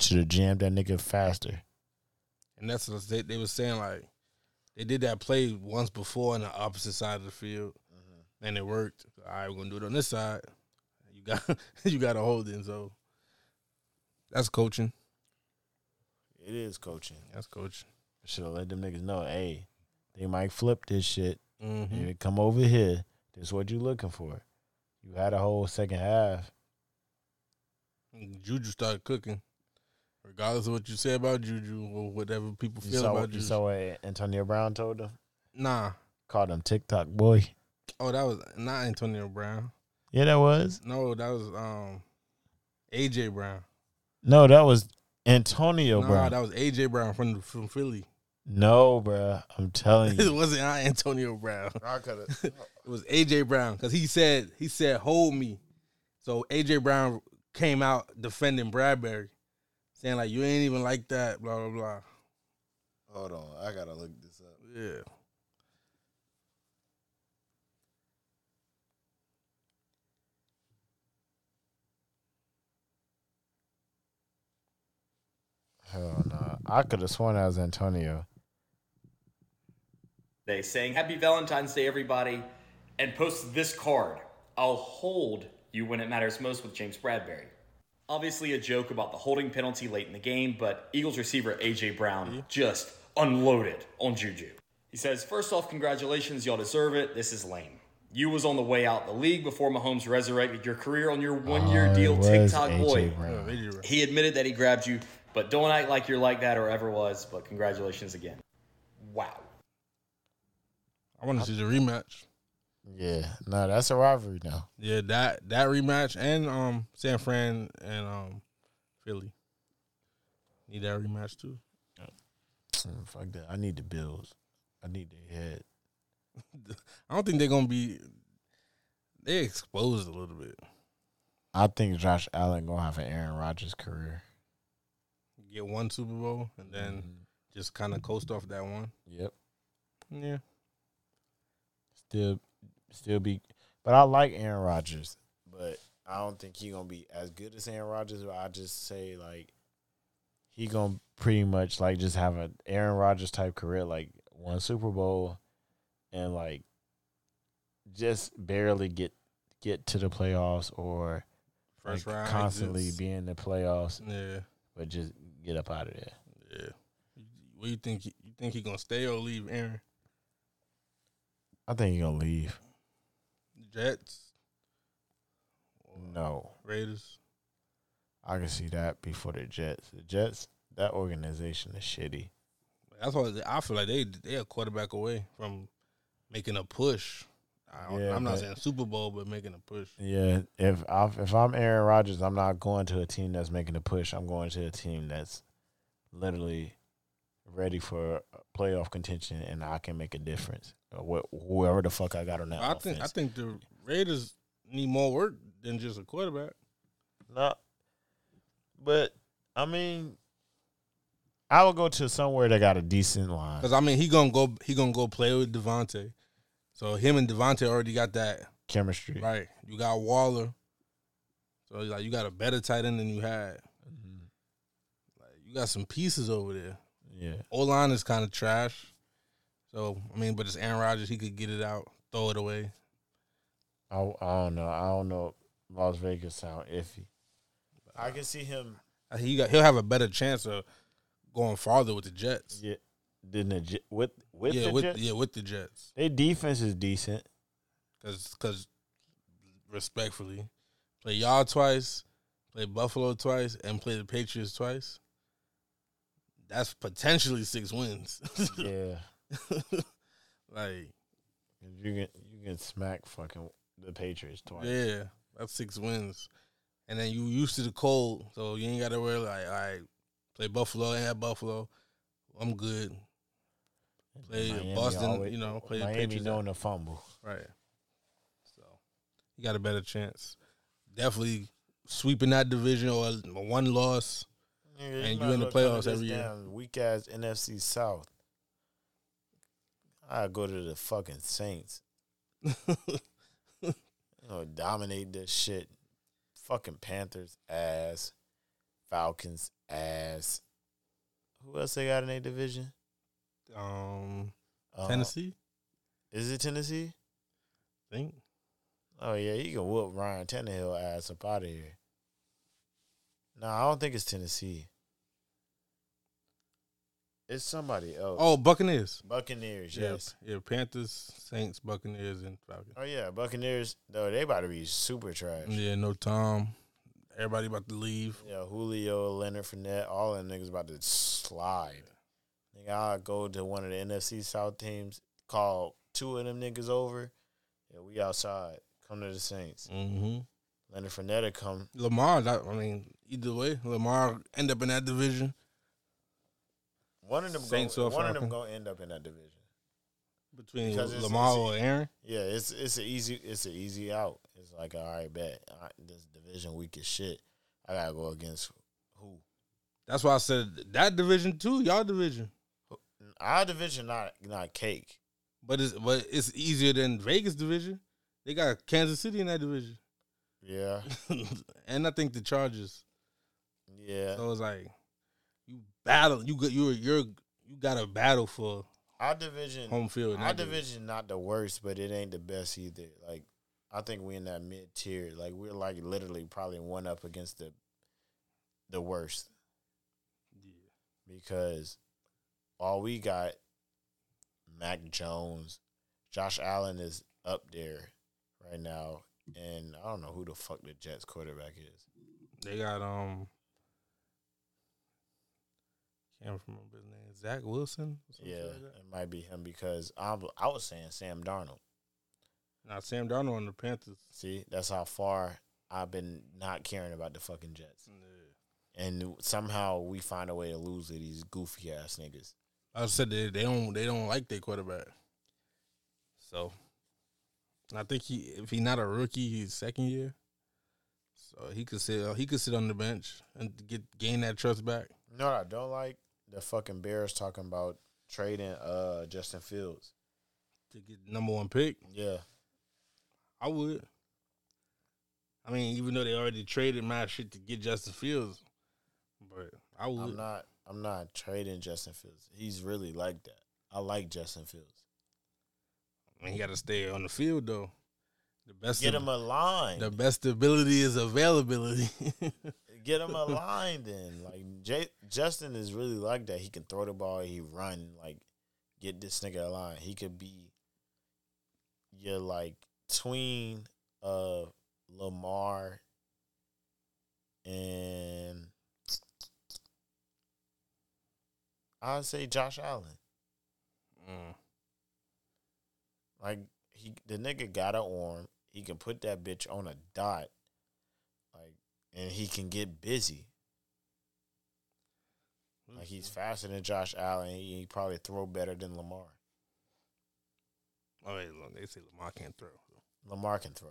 A: Should have jammed that nigga faster.
B: And that's what they, they were saying. Like they did that play once before on the opposite side of the field, and it worked. All right, we're gonna do it on this side. You got you got to hold in. So that's coaching.
A: It is coaching.
B: That's coaching.
A: Should have let them niggas know, hey, they might flip this shit.
B: Mm-hmm.
A: You come over here. This what you looking for. You had a whole second half.
B: Juju started cooking. Regardless of what you say about Juju or whatever people
A: You
B: feel
A: saw,
B: about
A: you
B: Juju.
A: saw what Antonio Brown told him?
B: Nah.
A: Called him TikTok boy.
B: Oh, that was not Antonio Brown.
A: Yeah, that was.
B: No, that was um AJ Brown.
A: No, that was Antonio
B: nah,
A: Oh, Brown.
B: that was AJ Brown from from Philly.
A: no, bro. I'm telling
B: it
A: you.
B: wasn't not Antonio Brown.
A: I could have.
B: It was AJ Brown because he said he said hold me. So AJ Brown came out defending Bradbury, saying like you ain't even like that, blah blah blah.
A: Hold on. I got to look this up.
B: Yeah.
A: I could have sworn that was Antonio.
G: They saying Happy Valentine's Day, everybody, and posted this card. I'll hold you when it matters most with James Bradbury. Obviously, a joke about the holding penalty late in the game, but Eagles receiver A.J. Brown just unloaded on Juju. He says, First off, congratulations, y'all deserve it. This is lame. You was on the way out the league before Mahomes resurrected your career on your one year
A: Oh, it
G: deal,
A: was
G: TikTok
A: AJ
G: boy.
A: Brown.
G: He admitted that he grabbed you, but don't act like you're like that or ever was, but congratulations again. Wow.
B: I want to see the rematch.
A: Yeah, no, that's a rivalry now.
B: Yeah, that that rematch and um San Fran and um Philly need that rematch too.
A: Mm, Fuck that. I need the Bills. I need their head.
B: I don't think they're gonna be they exposed a little bit.
A: I think Josh Allen gonna have an Aaron Rodgers career.
B: Get one Super Bowl and then
A: Mm-hmm.
B: just kind of coast off that one.
A: Yep.
B: Yeah,
A: Still, still be. But I like Aaron Rodgers, but I don't think he gonna be as good as Aaron Rodgers. But I just say like, he gonna pretty much like just have an Aaron Rodgers type career, like one Super Bowl, and like just barely get get to the playoffs or
B: first
A: like,
B: round
A: constantly
B: exits.
A: be in the playoffs,
B: Yeah,
A: but just get up out of there.
B: yeah. What you think? he- You think he gonna stay or leave? Aaron
A: I think he's gonna leave.
B: Jets,
A: No,
B: Raiders.
A: I can see that before the Jets. The Jets, that organization is shitty.
B: That's why I feel like they they a quarterback away from making a push. I don't,
A: Yeah,
B: I'm not
A: but-
B: saying Super Bowl, but making a push.
A: Yeah, if I if I'm Aaron Rodgers, I'm not going to a team that's making a push. I'm going to a team that's literally ready for playoff contention, and I can make a difference. Or what whoever the fuck I got on that
B: I
A: offense.
B: think I think the Raiders need more work than just a quarterback.
A: not, but I mean, I would go to somewhere that got a decent line.
B: Because I mean, he gonna go he gonna go play with Devontae. So him and Devontae already got that
A: Chemistry,
B: right. You got Waller. So like you got a better tight end than you had. Like you got some pieces over there.
A: Yeah.
B: O line is kind of trash. So I mean, but it's Aaron Rodgers. He could get it out, throw it away.
A: I, I don't know. I don't know. Las Vegas sound iffy. I can see him.
B: Uh, He got he'll have a better chance of going farther with the Jets.
A: Yeah, didn't the, Jet- with with
B: yeah,
A: the
B: with
A: Jets.
B: yeah with the Jets.
A: Their defense is decent.
B: Cause, cause, respectfully, play y'all twice, play Buffalo twice, and play the Patriots twice. That's potentially six wins.
A: yeah,
B: like,
A: you can you can smack fucking the Patriots twice.
B: yeah, that's six wins, and then you used to the cold, so you ain't got to worry. Like, all right, play Buffalo and at Buffalo, I'm good. Play
A: Miami
B: Boston,
A: always-
B: you know, play the
A: Miami
B: Patriots.
A: knowing to fumble.
B: Right. So you got a better chance. Definitely sweeping that division or a one loss. And you in the playoffs every year.
A: Weak ass NFC South. I go to the fucking Saints. You know, dominate this shit. Fucking Panthers ass, Falcons ass. Who else they got in their division?
B: um,
A: Uh,
B: Tennessee,
A: Is it Tennessee?
B: I think.
A: Oh yeah, you can whoop Ryan Tannehill ass up out of here. No, I don't think it's Tennessee. It's somebody else.
B: Oh, Buccaneers.
A: Buccaneers,
B: Yeah,
A: yes.
B: yeah. Panthers, Saints, Buccaneers, and Falcons.
A: Oh yeah, Buccaneers. Though they about to be super trash. Yeah.
B: Yeah, no Tom. Everybody about to leave.
A: Julio, Leonard Fournette, all them niggas about to slide. Nigga, I'll go to one of the NFC South teams, call two of them niggas over. Yeah, we outside. Come to the Saints.
B: Mm-hmm.
A: Leonard Fournette will come.
B: Lamar. That, I mean, either way, Lamar end up in that division.
A: One of them
B: Saints
A: go,
B: or
A: one of them
B: Falcons?
A: gonna end up in that division.
B: Between
A: Because it's-
B: Lamar
A: it's-
B: or Aaron,
A: Yeah, it's it's an easy it's an easy out. It's like all right, bet all right, this division weak as shit. I gotta go against who?
B: that's why I said that division too, y'all division.
A: Our division not not cake.
B: But it's but it's easier than Vegas division. They got Kansas City in that division,
A: Yeah,
B: and I think the Chargers.
A: yeah.
B: So it's like you battle. You got you're you're you got to battle for
A: Our division,
B: home field. and
A: our
B: I do.
A: division, not the worst, but it ain't the best either. Like, I think we in that mid tier. Like, we're like literally probably one up against the the worst because all we got Mac Jones, Josh Allen is up there right now, and I don't know who the fuck the Jets quarterback is.
B: They got um. Can't remember his name. Zach Wilson. or some shit
A: Yeah,
B: like that?
A: it might be him because I'm, I was saying Sam Darnold.
B: Nah, Sam Darnold on the Panthers.
A: See, that's how far I've been not caring about the fucking Jets. And somehow we find a way to lose to these goofy ass niggas.
B: I said they, they don't they don't like their quarterback. So I think he if he's not a rookie, he's second year. So he could sit he could sit on the bench and get gain that trust back.
A: You know what I don't like? The fucking Bears talking about trading uh Justin Fields.
B: to get number one pick.
A: Yeah.
B: I would. I mean, even though they already traded my shit to get Justin Fields, but I would.
A: I'm not I'm not trading Justin Fields. He's really like that. I like Justin Fields.
B: I mean, he got to stay on the field though. The best
A: Get him a line.
B: the best ability is availability. Mm.
A: Get him a line then. Like J- Justin is really like that. He can throw the ball, he run, like get this nigga a line. He could be your like tween of Lamar and I'd say Josh Allen.
B: Mm.
A: Like he the nigga got an arm. He can put that bitch on a dot. Like and he can get busy. Like he's faster than Josh Allen. He, he probably throw better than Lamar.
B: Oh, wait, look, they say Lamar can't throw.
A: Lamar can throw.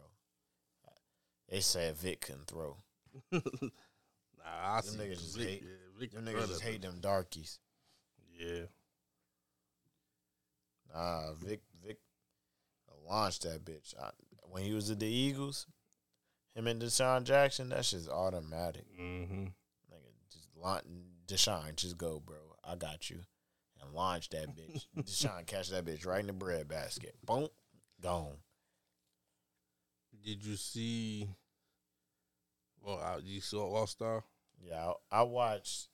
A: They said Vic can throw.
B: Nah, I
A: Them
B: see
A: niggas just
B: Vic-
A: hate-
B: yeah, Vic
A: Them
B: can
A: niggas
B: throw
A: just
B: that
A: hate
B: bitch.
A: them darkies.
B: Yeah,
A: Nah, Vic Vic launched that bitch. I, when he was at the Eagles, him and Deshaun Jackson, that shit's automatic.
B: mm-hmm.
A: Nigga, just launch Deshaun, just go, bro. I got you. And launch that bitch. Deshaun catch that bitch right in the bread basket. Boom. Gone.
B: Did you see? Well, uh, you saw All Star.
A: Yeah, I, I watched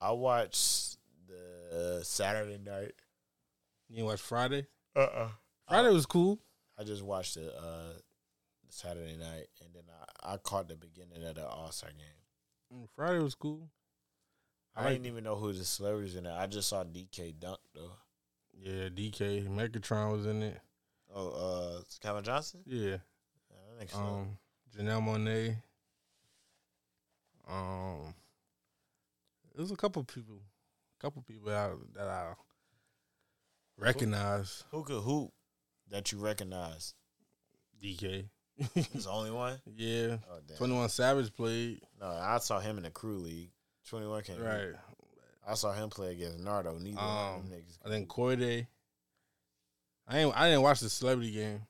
A: I watched the Saturday night.
B: You didn't watch Friday.
A: Uh uh
B: Friday was cool.
A: I just watched the uh Saturday night and then I, I caught the beginning of the All Star game.
B: Mm, Friday was cool.
A: I,
B: like-
A: didn't even know who the celebrities in there. I just saw DK dunk though.
B: Yeah, DK Megatron was in it.
A: Oh, uh Calvin Johnson?
B: Yeah,
A: Yeah, I think so.
B: um, Janelle Monet. Um, it was a couple people, a couple people that I, that I recognize.
A: who could hoop that you recognize?
B: DK.
A: He's the only one?
B: yeah,
A: Oh damn.
B: Twenty One Savage played
A: No, I saw him in the crew league. Twenty one can't hoop.
B: right.
A: I saw him play against Nardo. Neither one of
B: Um,
A: them niggas.
B: I think Corey Day. I ain't I didn't watch the celebrity game,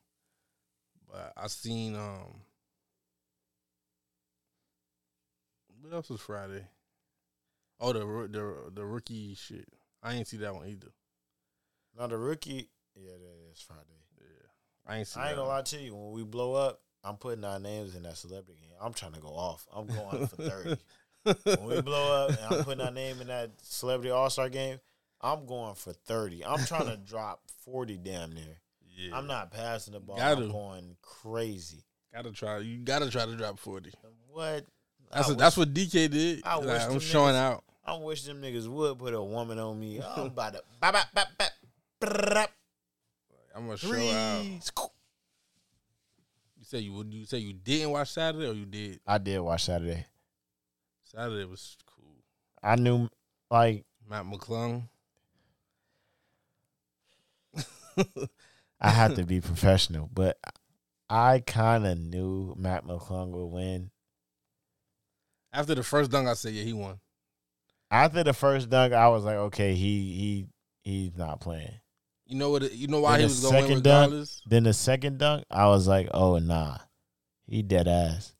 B: but I seen um. What else was Friday? Oh, the roo- the the rookie shit. I ain't see that one either.
A: Now the rookie, yeah, that is Friday.
B: I ain't see.
A: I ain't
B: that
A: gonna
B: one.
A: lie to you. When we blow up, I'm putting our names in that celebrity game. I'm trying to go off. I'm going for thirty. When we blow up, and I'm putting our name in that celebrity all star game. I'm going for thirty. I'm trying to drop forty damn near.
B: Yeah.
A: I'm not passing the ball.
B: Gotta.
A: I'm going crazy.
B: Gotta try. You gotta try to drop forty.
A: What? I
B: That's what, that's what DK did.
A: I
B: Like,
A: wish
B: I'm
A: them
B: showing
A: niggas-
B: out.
A: I wish them niggas would put a woman on me. I'm about to bop, bop, bop, bop, brrrap,
B: I'm gonna show out.
A: three. Scoop.
B: You say you would. You say you didn't watch Saturday or you did.
A: I did watch Saturday.
B: Saturday was cool.
A: I knew, like,
B: Matt McClung.
A: I had to be professional, but I kind of knew Matt McClung would win.
B: After the first dunk, I said, "Yeah, he won."
A: After the first dunk, I was like, okay, he he he's not playing.
B: You know what? it- You know why
A: Then
B: he
A: the
B: was going
A: second dunk,
B: regardless.
A: Then the second dunk, I was like, oh nah, he dead ass.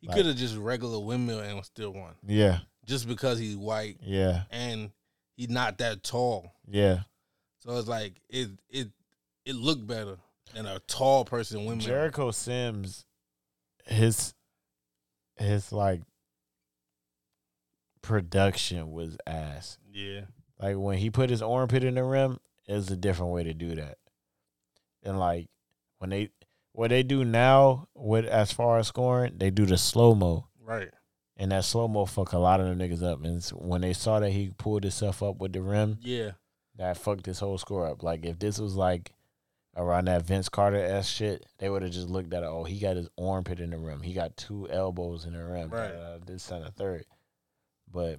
B: He
A: like-
B: could have just regular windmill and still won.
A: Yeah,
B: just because he's white
A: Yeah.
B: and he's not that tall.
A: Yeah.
B: So it's like it it it looked better than a tall person windmill.
A: Jericho Sims, his his like production was ass.
B: Yeah.
A: Like when he put his armpit in the rim, is a different way to do that. And like when they what they do now with as far as scoring, they do the slow mo.
B: Right.
A: And that slow mo fuck a lot of them niggas up. And it's- when they saw that he pulled himself up with the rim,
B: Yeah.
A: that fucked this whole score up. Like if this was like around that Vince Carter s shit, they would have just looked at it. Oh, he got his armpit in the rim. He got two elbows in the rim.
B: Right.
A: Uh, this and a third. But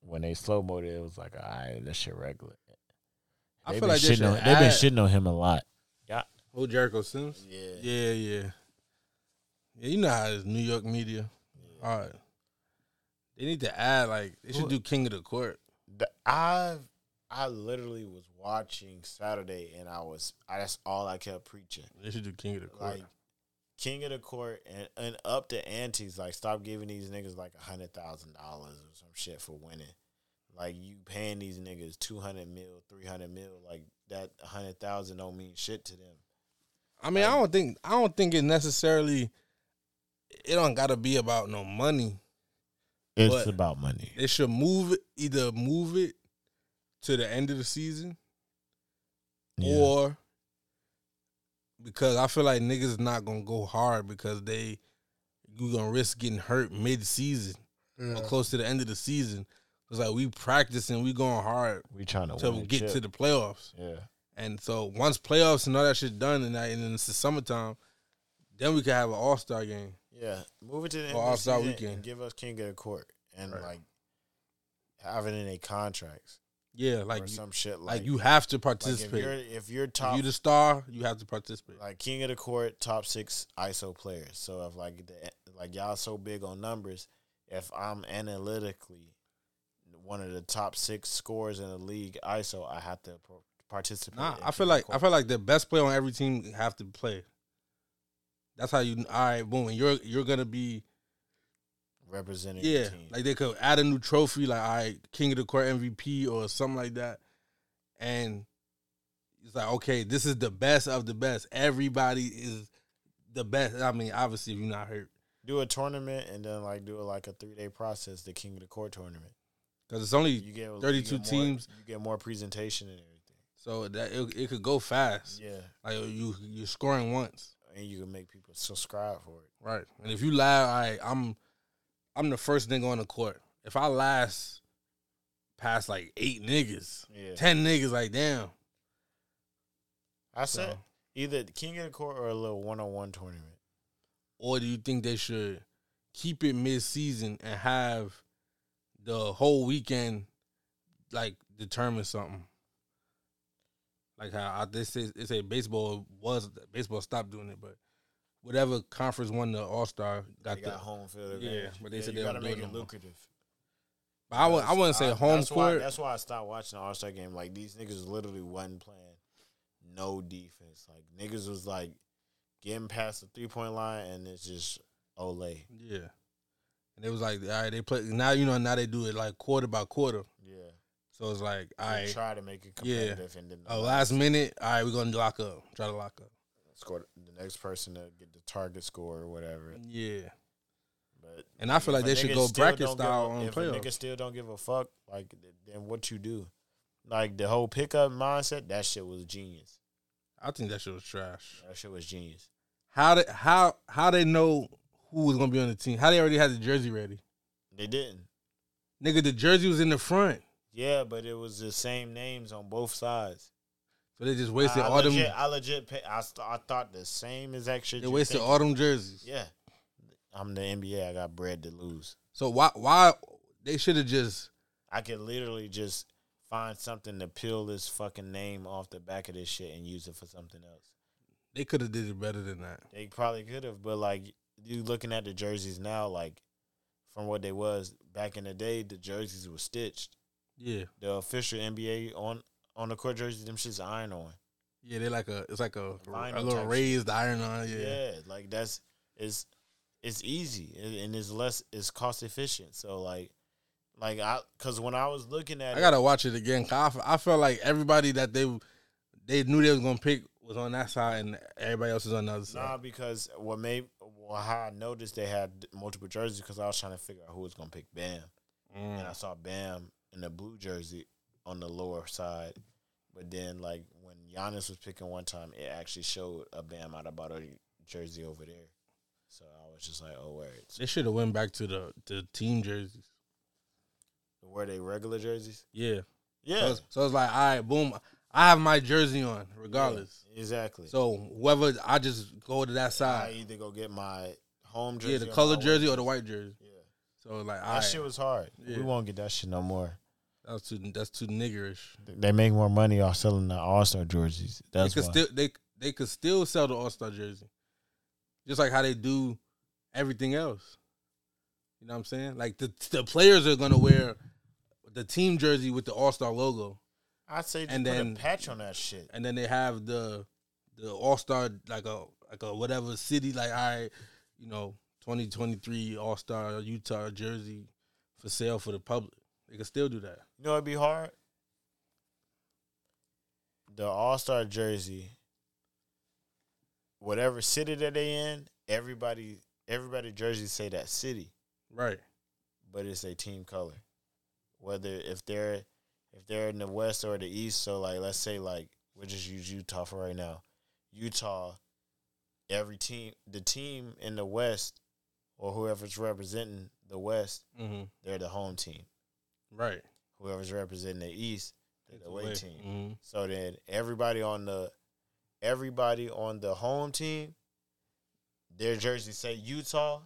A: when they slow mo it, it was like, all right, that shit regular.
B: I
A: They've
B: feel
A: been
B: like they should
A: shitting on, they've
B: add-
A: been shitting on him a lot.
B: Who Jericho Sims?
A: Yeah.
B: Yeah, yeah. Yeah, you know how it's New York media. All right. They need to add like they should
A: Who-
B: do King of the Court.
A: the, I I literally was watching Saturday and I was I, that's all I kept preaching.
B: They should do King of the Court.
A: Like King of the Court and, and up the antes, like stop giving these niggas like a hundred thousand dollars or some shit for winning. Like you paying these niggas two hundred mil, three hundred mil, like that hundred thousand don't mean shit to them.
B: I mean, I don't think I don't think it necessarily it don't gotta be about no money.
A: It's
B: But-
A: about money.
B: They should move it either move it to the end of the season or because I feel like niggas not gonna go hard because they you gonna risk getting hurt mid season or close to the end of the season. It's like we practicing, we going hard
A: we trying to
B: to
A: win a
B: get
A: chip.
B: to the playoffs.
A: yeah.
B: And so once playoffs and all that shit done, and, that, and then it's the summertime, then we can have an all star game.
A: Yeah, move it to the end
B: Or
A: of the
B: All-Star
A: season
B: Weekend.
A: and give us King of the Court and
B: Right.
A: like have it in their contracts
B: Yeah,
A: or
B: like you,
A: some shit
B: like,
A: like
B: you have to
A: like, if
B: participate.
A: you're
B: if,
A: if you're
B: you're,
A: top
B: the star, you have to participate.
A: like King of the Court top six ISO players. So if like the, like y'all so big on numbers, if I'm analytically one of the top six scorers in the league ISO, I have to pro- participate.
B: nah,
A: in
B: I
A: King
B: feel
A: of
B: like
A: the
B: I
A: Court.
B: feel like the best player on every team have to play. That's how you. All right, boom. You're you're gonna be
A: representing yeah,
B: Yeah,
A: the team.
B: like they could add a new trophy, like I King of the Court MVP or something like that, and it's like okay, this is the best of the best. Everybody is the best. I mean, obviously, if you're not hurt,
A: do a tournament and then like do like a three day process, the King of the Court tournament.
B: because it's only
A: You get you
B: 32
A: get more-
B: teams,
A: You get more presentation and everything.
B: so that it, it could go fast.
A: Yeah,
B: Like you you're scoring once,
A: and you can make people subscribe for it.
B: right? And if you last, all right, I'm I'm the first nigga on the court. If I last past like eight niggas,
A: Yeah,
B: ten niggas, like damn,
A: I said
B: so.
A: either King of the Court or a little one on one tournament.
B: or do you think they should keep it mid-season and have the whole weekend like determine something? Like how I, they say, they say baseball was baseball stopped doing it, but whatever conference won the All Star got,
A: They
B: the.
A: got home field
B: yeah,
A: advantage.
B: but they said
A: you
B: they don't
A: gotta
B: do it
A: make
B: no
A: it
B: more.
A: lucrative.
B: but I would I wouldn't say
A: That's-
B: home
A: that's why-
B: court.
A: that's why I stopped watching the All Star game. Like these niggas literally wasn't playing no defense. Like niggas was like getting past the three point line, and it's just Olay.
B: yeah, and it was like all right, they play now. You know now they do it like quarter by quarter,
A: Yeah,
B: so it's like all
A: I
B: right,
A: try to make it
B: Yeah.
A: competitive, and then the
B: uh, last minute, all right, we're gonna lock up, try to lock up.
A: score the next person to get the target score or whatever.
B: Yeah.
A: But
B: And I feel like
A: if a
B: they should
A: nigga
B: go
A: still
B: bracket
A: don't give
B: style
A: a-
B: on
A: if a nigga
B: playoffs.
A: still don't give a fuck, like th- then what you do? Like the whole pickup mindset, that shit was genius.
B: I think that shit was trash.
A: That shit was genius.
B: How did how how they know who was gonna be on the team? How they already had the jersey ready?
A: They didn't.
B: Nigga, the jersey was in the front,
A: Yeah, but it was the same names on both sides.
B: so they just wasted
A: I, I
B: all them.
A: legit, I legit, pay, I, st- I thought the same exact shit.
B: They
A: you
B: wasted
A: think.
B: all them jerseys.
A: Yeah, I'm the NBA. I got bread to lose.
B: So why why they should have just
A: I could literally just find something to peel this fucking name off the back of this shit and use it for something else.
B: they could have did it better than that.
A: They probably could have, but like you looking at the jerseys now, like from what they was back in the day, the jerseys were stitched.
B: Yeah,
A: The official NBA on on the court jerseys, them shits iron on.
B: yeah, they like a it's like a a
A: Vinyl
B: little
A: type
B: raised iron on. Yeah.
A: yeah like that's it's it's easy and- and it's less it's cost efficient so like Like I, because when I was looking at
B: I
A: it,
B: gotta watch it again. 'cause I, f- I felt like everybody that they they knew they was gonna pick was on that side, and everybody else was on the other
A: nah,
B: side.
A: because what made well, how I noticed they had multiple jerseys because I was trying to figure out who was gonna pick Bam, and
B: Mm.
A: I saw Bam in the blue jersey on the lower side, but then like when Giannis was picking one time, it actually showed a Bam out of bottle jersey over there, so I was just like, oh word,
B: They should have went back to the the team jerseys.
A: were they regular jerseys?
B: Yeah. So,
A: Yeah,
B: it's- so it's like, all right, boom. I have my jersey on, regardless.
A: exactly.
B: So whoever I just go to that
A: I
B: side,
A: either go get my home jersey,
B: yeah, the
A: or my
B: color
A: white
B: jersey or the white jersey.
A: Yeah.
B: So like,
A: That
B: all right,
A: shit was hard.
B: Yeah.
A: We won't get that shit no more.
B: that's too that's too niggerish.
A: They make more money off selling the All Star jerseys. That's
B: they
A: why.
B: could still they they could still sell the All Star jersey, just like how they do everything else. You know what I'm saying? Like the the players are gonna wear the team jersey with the All Star logo,
A: I say just
B: and
A: put
B: then-
A: a patch on that shit.
B: and then they have the the All Star like a like a whatever city like I, you know, 2023 All Star Utah jersey for sale for the public. They could still do that.
A: You know it'd be hard. The All Star jersey, whatever city that they in, everybody everybody jersey say that city,
B: Right.
A: but it's a team color. Whether if they're if they're in the west or the east, so like let's say like we'll just use Utah for right now. Utah, every team the team in the West or whoever's representing the West
B: Mm-hmm.
A: they're the home team.
B: Right.
A: Whoever's representing the East, they're the away team.
B: Mhm.
A: So then everybody on the everybody on the home team, their jersey say Utah,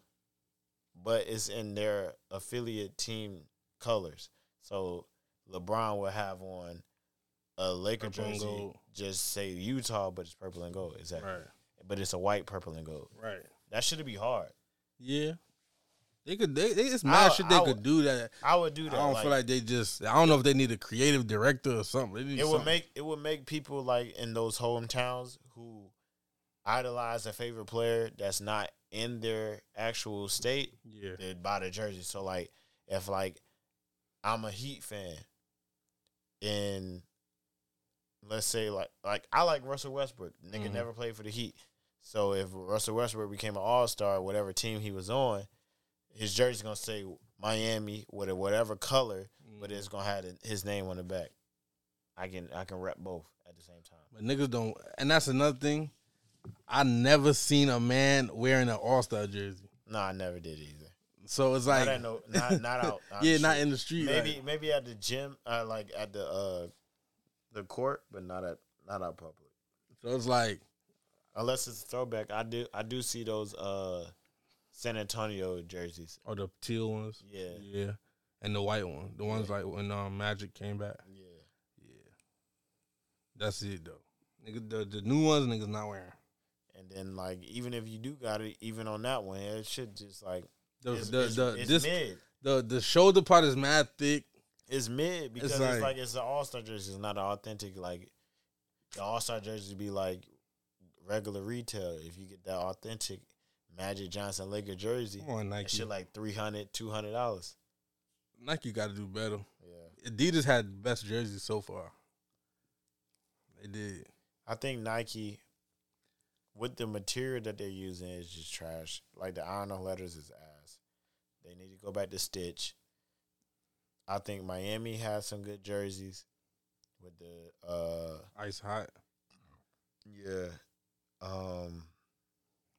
A: but it's in their affiliate team colors. So LeBron will have on a Laker
B: Purple and
A: jersey,
B: gold.
A: just say Utah, but it's purple and gold. Exactly.
B: Right.
A: But it's a white purple and gold.
B: Right.
A: That should be hard.
B: Yeah. They could. They, they, it's mad
A: I-
B: shit they
A: I
B: could
A: would-
B: do that.
A: I would do
B: I
A: that.
B: don't feel like they just. I don't know if they need a creative director or something. They need
A: it would
B: something.
A: make it would make people like in those hometowns who idolize a favorite player that's not in their actual state
B: Yeah.
A: they buy the jersey so like if like i'm a heat fan and let's say like like i like russell westbrook nigga
B: Mhm.
A: never played for the heat so if russell westbrook became an all-star whatever team he was on his jersey's gonna say miami with a whatever color but it's gonna have his name on the back. I can I can rep both at the same time.
B: But niggas don't. And that's another thing. I never seen a man wearing an All Star jersey.
A: No, I never did either.
B: So it's like
A: not, at no, not not out. out
B: yeah,
A: the
B: not
A: street.
B: in the street.
A: maybe
B: like-
A: maybe at the gym, uh, like at the uh, the court, but not at not out public.
B: so it's like
A: Unless it's a throwback, I do I do see those uh, San Antonio jerseys.
B: or oh, the teal ones.
A: Yeah.
B: Yeah. And the white one, the ones like when um, Magic came back.
A: Yeah,
B: Yeah. That's it though. Nigga, the, the new ones niggas not wearing.
A: and then like even if you do got it, even on that one, it should just like
B: The,
A: it's,
B: the,
A: it's-
B: the,
A: it's
B: this,
A: mid.
B: the the shoulder part is mad thick.
A: It's mid because it's
B: like-
A: like, it's an all star jersey. It's not an authentic like the all star jersey be like regular retail. If you get that authentic Magic Johnson Laker jersey,
B: Come on,
A: that
B: Nike.
A: shit like 300 200 dollars.
B: Nike got to do better.
A: Yeah,
B: Adidas had the best jerseys so far. They did.
A: I think Nike with the material that they're using is just trash. Like the iron on letters is ass. They need to go back to stitch. I think Miami has some good jerseys with the uh
B: Ice hot.
A: yeah um.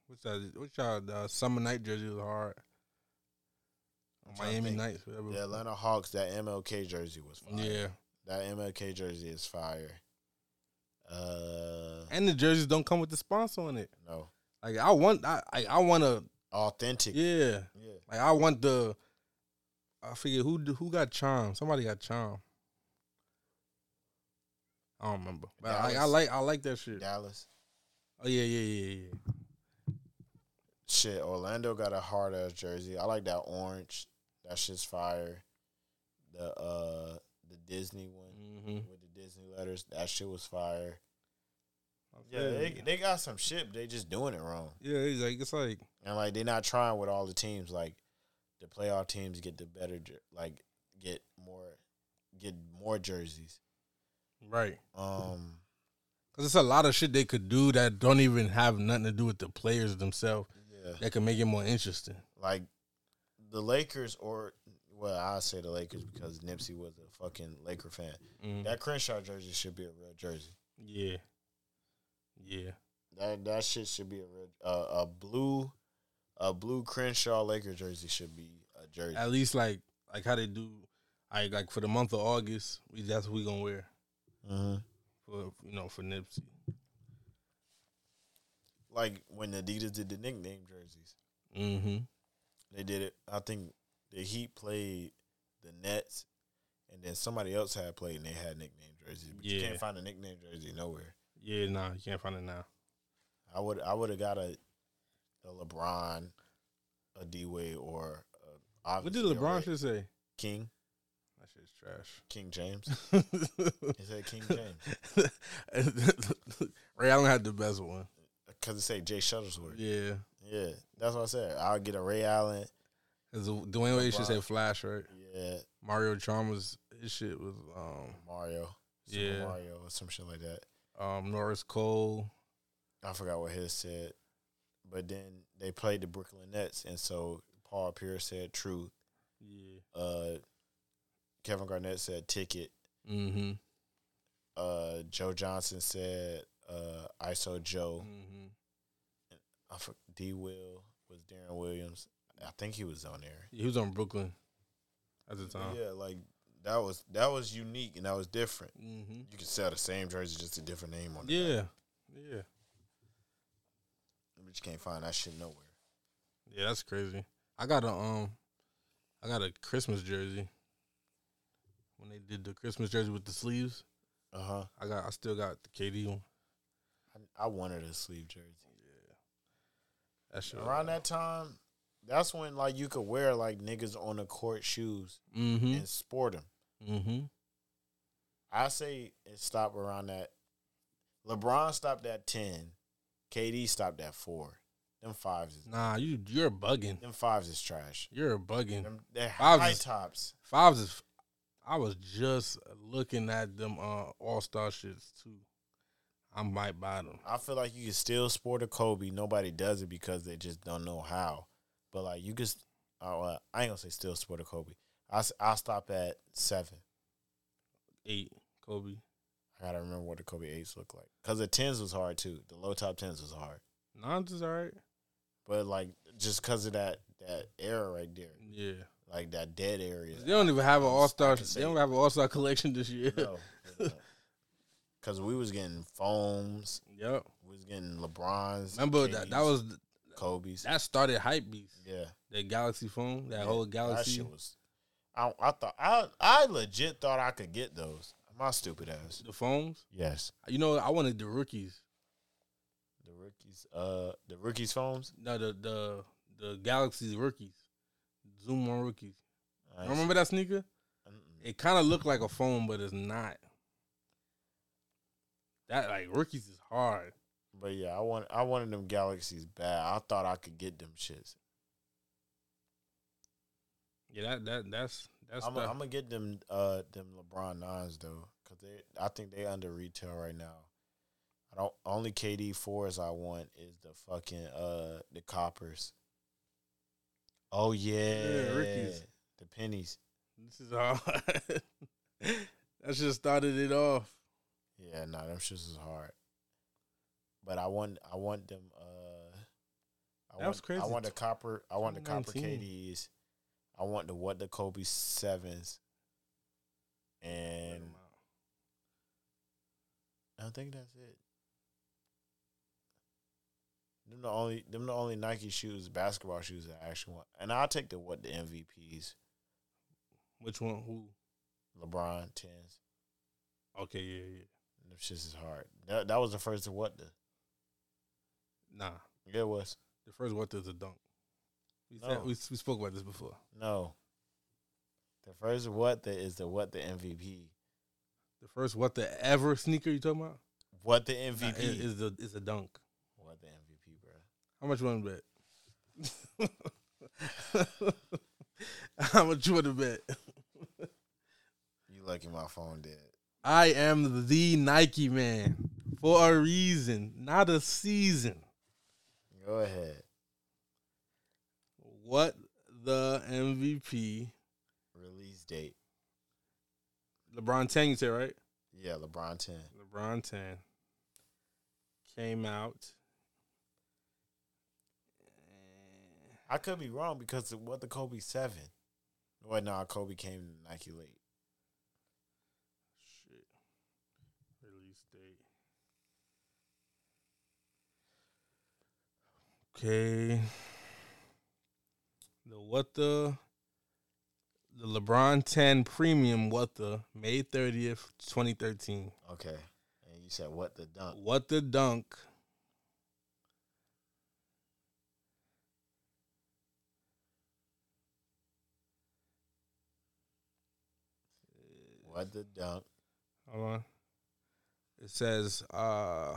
B: What's that? What's y'all? The summer night jersey was hard.
A: I'm trying to
B: Miami
A: think.
B: Knights, whatever.
A: The Atlanta Hawks, that MLK jersey was fire.
B: Yeah.
A: That MLK jersey is fire. Uh
B: And the jerseys don't come with the sponsor on it.
A: no.
B: Like I want, I I, I want to.
A: Authentic. Yeah.
B: Yeah. Like I want the. I forget who who got charm. Somebody got charm. I don't remember. But I, I
A: Dallas.
B: like I like that shit.
A: Dallas.
B: Oh yeah yeah yeah yeah.
A: Shit, Orlando got a hard ass jersey. I like that orange. That shit's fire. The uh the Disney one
B: Mm-hmm.
A: with the Disney letters. That shit was fire. Yeah, they, they got some shit, but they just doing it wrong.
B: yeah. It's like it's like
A: And like they're not trying with all the teams. Like the playoff teams get the better jer- like get more, get more jerseys.
B: Right.
A: Um,
B: Because it's a lot of shit they could do that don't even have nothing to do with the players themselves
A: yeah,
B: that could make it more interesting.
A: like the Lakers or well, I say the Lakers because Nipsey was a fucking Laker fan. That Crenshaw jersey should be a real jersey.
B: Yeah. Yeah.
A: That that shit should be a real, uh, a blue, a blue Crenshaw Laker jersey should be a jersey.
B: At least like like how they do like like for the month of August, we that's what we gonna wear
A: Mhm.
B: for you know, for Nipsey.
A: Like when Adidas did the nickname jerseys,
B: Mm-hmm.
A: they did it. I think the Heat played the Nets, and then somebody else had played and they had nickname jerseys. But you
B: Yeah.
A: can't find a nickname jersey nowhere.
B: Yeah, nah, you can't find it now.
A: I would I would have got a a LeBron, a D Wade, or a,
B: What did
A: obviously a
B: LeBron
A: Ray-
B: should say?
A: King
B: That shit's
A: King James?
B: trash.
A: It said King James
B: Ray Allen had the best one.
A: because it said Jay Shuttlesworth.
B: Yeah.
A: Yeah, that's what I said. I'll get a Ray Allen.
B: Because Dwayne Wade should say Flash, right?
A: Yeah,
B: Mario Chalmers, his shit was um
A: Mario. Super
B: Yeah.
A: Mario or some shit like that.
B: um Norris Cole.
A: I forgot what his said. But then they played the Brooklyn Nets, and so Paul Pierce said truth.
B: Yeah.
A: Uh, Kevin Garnett said ticket.
B: Mm-hmm.
A: Uh, Joe Johnson said uh, ISO Joe.
B: Mm-hmm.
A: I for- D Will was Darren Williams. I think he was on there.
B: He was on Brooklyn at the
A: But
B: time.
A: Yeah, like that was that was unique and that was different.
B: Mm-hmm.
A: You could sell the same jersey, just a different name on it.
B: Yeah. Yeah.
A: But you can't find that shit nowhere.
B: Yeah, that's crazy. I got a um I got a Christmas jersey. When they did the Christmas jersey with the sleeves,
A: Uh huh.
B: I got I still got the KD one.
A: I, I wanted a sleeve jersey.
B: That shit.
A: Around that time, that's when like you could wear like niggas on the court shoes
B: Mm-hmm.
A: and sport them.
B: Mm-hmm.
A: I say it stopped around that. LeBron stopped at ten. KD stopped at four. Them fives is
B: Nah, you you're bugging.
A: them fives is trash.
B: You're bugging.
A: Them they're
B: Fives
A: high
B: is-
A: tops.
B: Fives is. I was just looking at them uh, All Star shits too. I might buy them.
A: I feel like you can still sport a Kobe. Nobody does it because they just don't know how. But like you can, s- oh, uh, I ain't gonna say still sport a Kobe. I s- I stop at seven.
B: Eight Kobe.
A: I gotta remember what the Kobe eights look like. Cause the tens was hard too. The low top tens was hard.
B: Nines is alright.
A: But like just cause of that that era right there,
B: Yeah.
A: like that dead area.
B: They don't even have an All Star.
A: can
B: They
A: say
B: don't
A: it.
B: have an All Star collection this year.
A: No, no. Cause we was getting foams.
B: Yep.
A: We was getting LeBrons.
B: Remember that? That
A: KDs,
B: was
A: Kobe's.
B: that started hype beats.
A: yeah,
B: That Galaxy phone. That
A: Yeah,
B: whole
A: That
B: Galaxy.
A: shit was. I, I thought I I legit thought I could get those. My stupid ass.
B: the phones.
A: Yes,
B: You know, I wanted the rookies.
A: the rookies. Uh, the rookies foams.
B: No, the the the Galaxy rookies. Zoom on rookies.
A: I ain't
B: Remember that sneaker?
A: seen- mm-mm.
B: it kind of looked like a phone, but it's not. That like rookies is hard.
A: But yeah, I want I wanted them galaxies bad. I thought I could get them shits.
B: Yeah, that that that's that's
A: I'm
B: tough.
A: gonna get them uh them LeBron nines though, cause they I think they under retail right now. I don't only KD fours I want is the fucking uh the coppers. Oh yeah,
B: rookies.
A: the pennies.
B: this is hard. that just started it off.
A: Yeah, nah, them shits is hard. But I want I want them. uh I
B: That
A: want,
B: was crazy.
A: I want the copper. I want the copper
B: 2019.
A: KDs. I want the what the Kobe sevens. And I think that's it. Them the only them the only Nike shoes, basketball shoes that I actually want. And I'll take the what the MVPs,
B: Which one? Who?
A: LeBron tens.
B: Okay, yeah, yeah.
A: Them shits is hard. That that was the first of what the
B: Nah,
A: yeah, it was.
B: the first one is a dunk. We,
A: No.
B: said, we we spoke about this before.
A: No. The first what the is the what the MVP.
B: The first what the ever sneaker you talking about?
A: What the
B: Nah,
A: MVP
B: it- is the is a dunk.
A: what the MVP, bro.
B: How much you want to bet? How much you want to bet?
A: You lucky my phone did.
B: I am the Nike man for a reason, not a season.
A: Go ahead.
B: What the MVP?
A: Release date.
B: LeBron 10, you said, right?
A: Yeah, LeBron ten.
B: LeBron 10 came out.
A: I could be wrong because of what the Kobe seven. Wait, no, Kobe came to Nike late.
B: Shit. Release date. Okay. The what the the LeBron 10 premium what the May 30th, 2013.
A: Okay, and you said what the dunk?
B: What the dunk
A: What the dunk?
B: Hold on. It says uh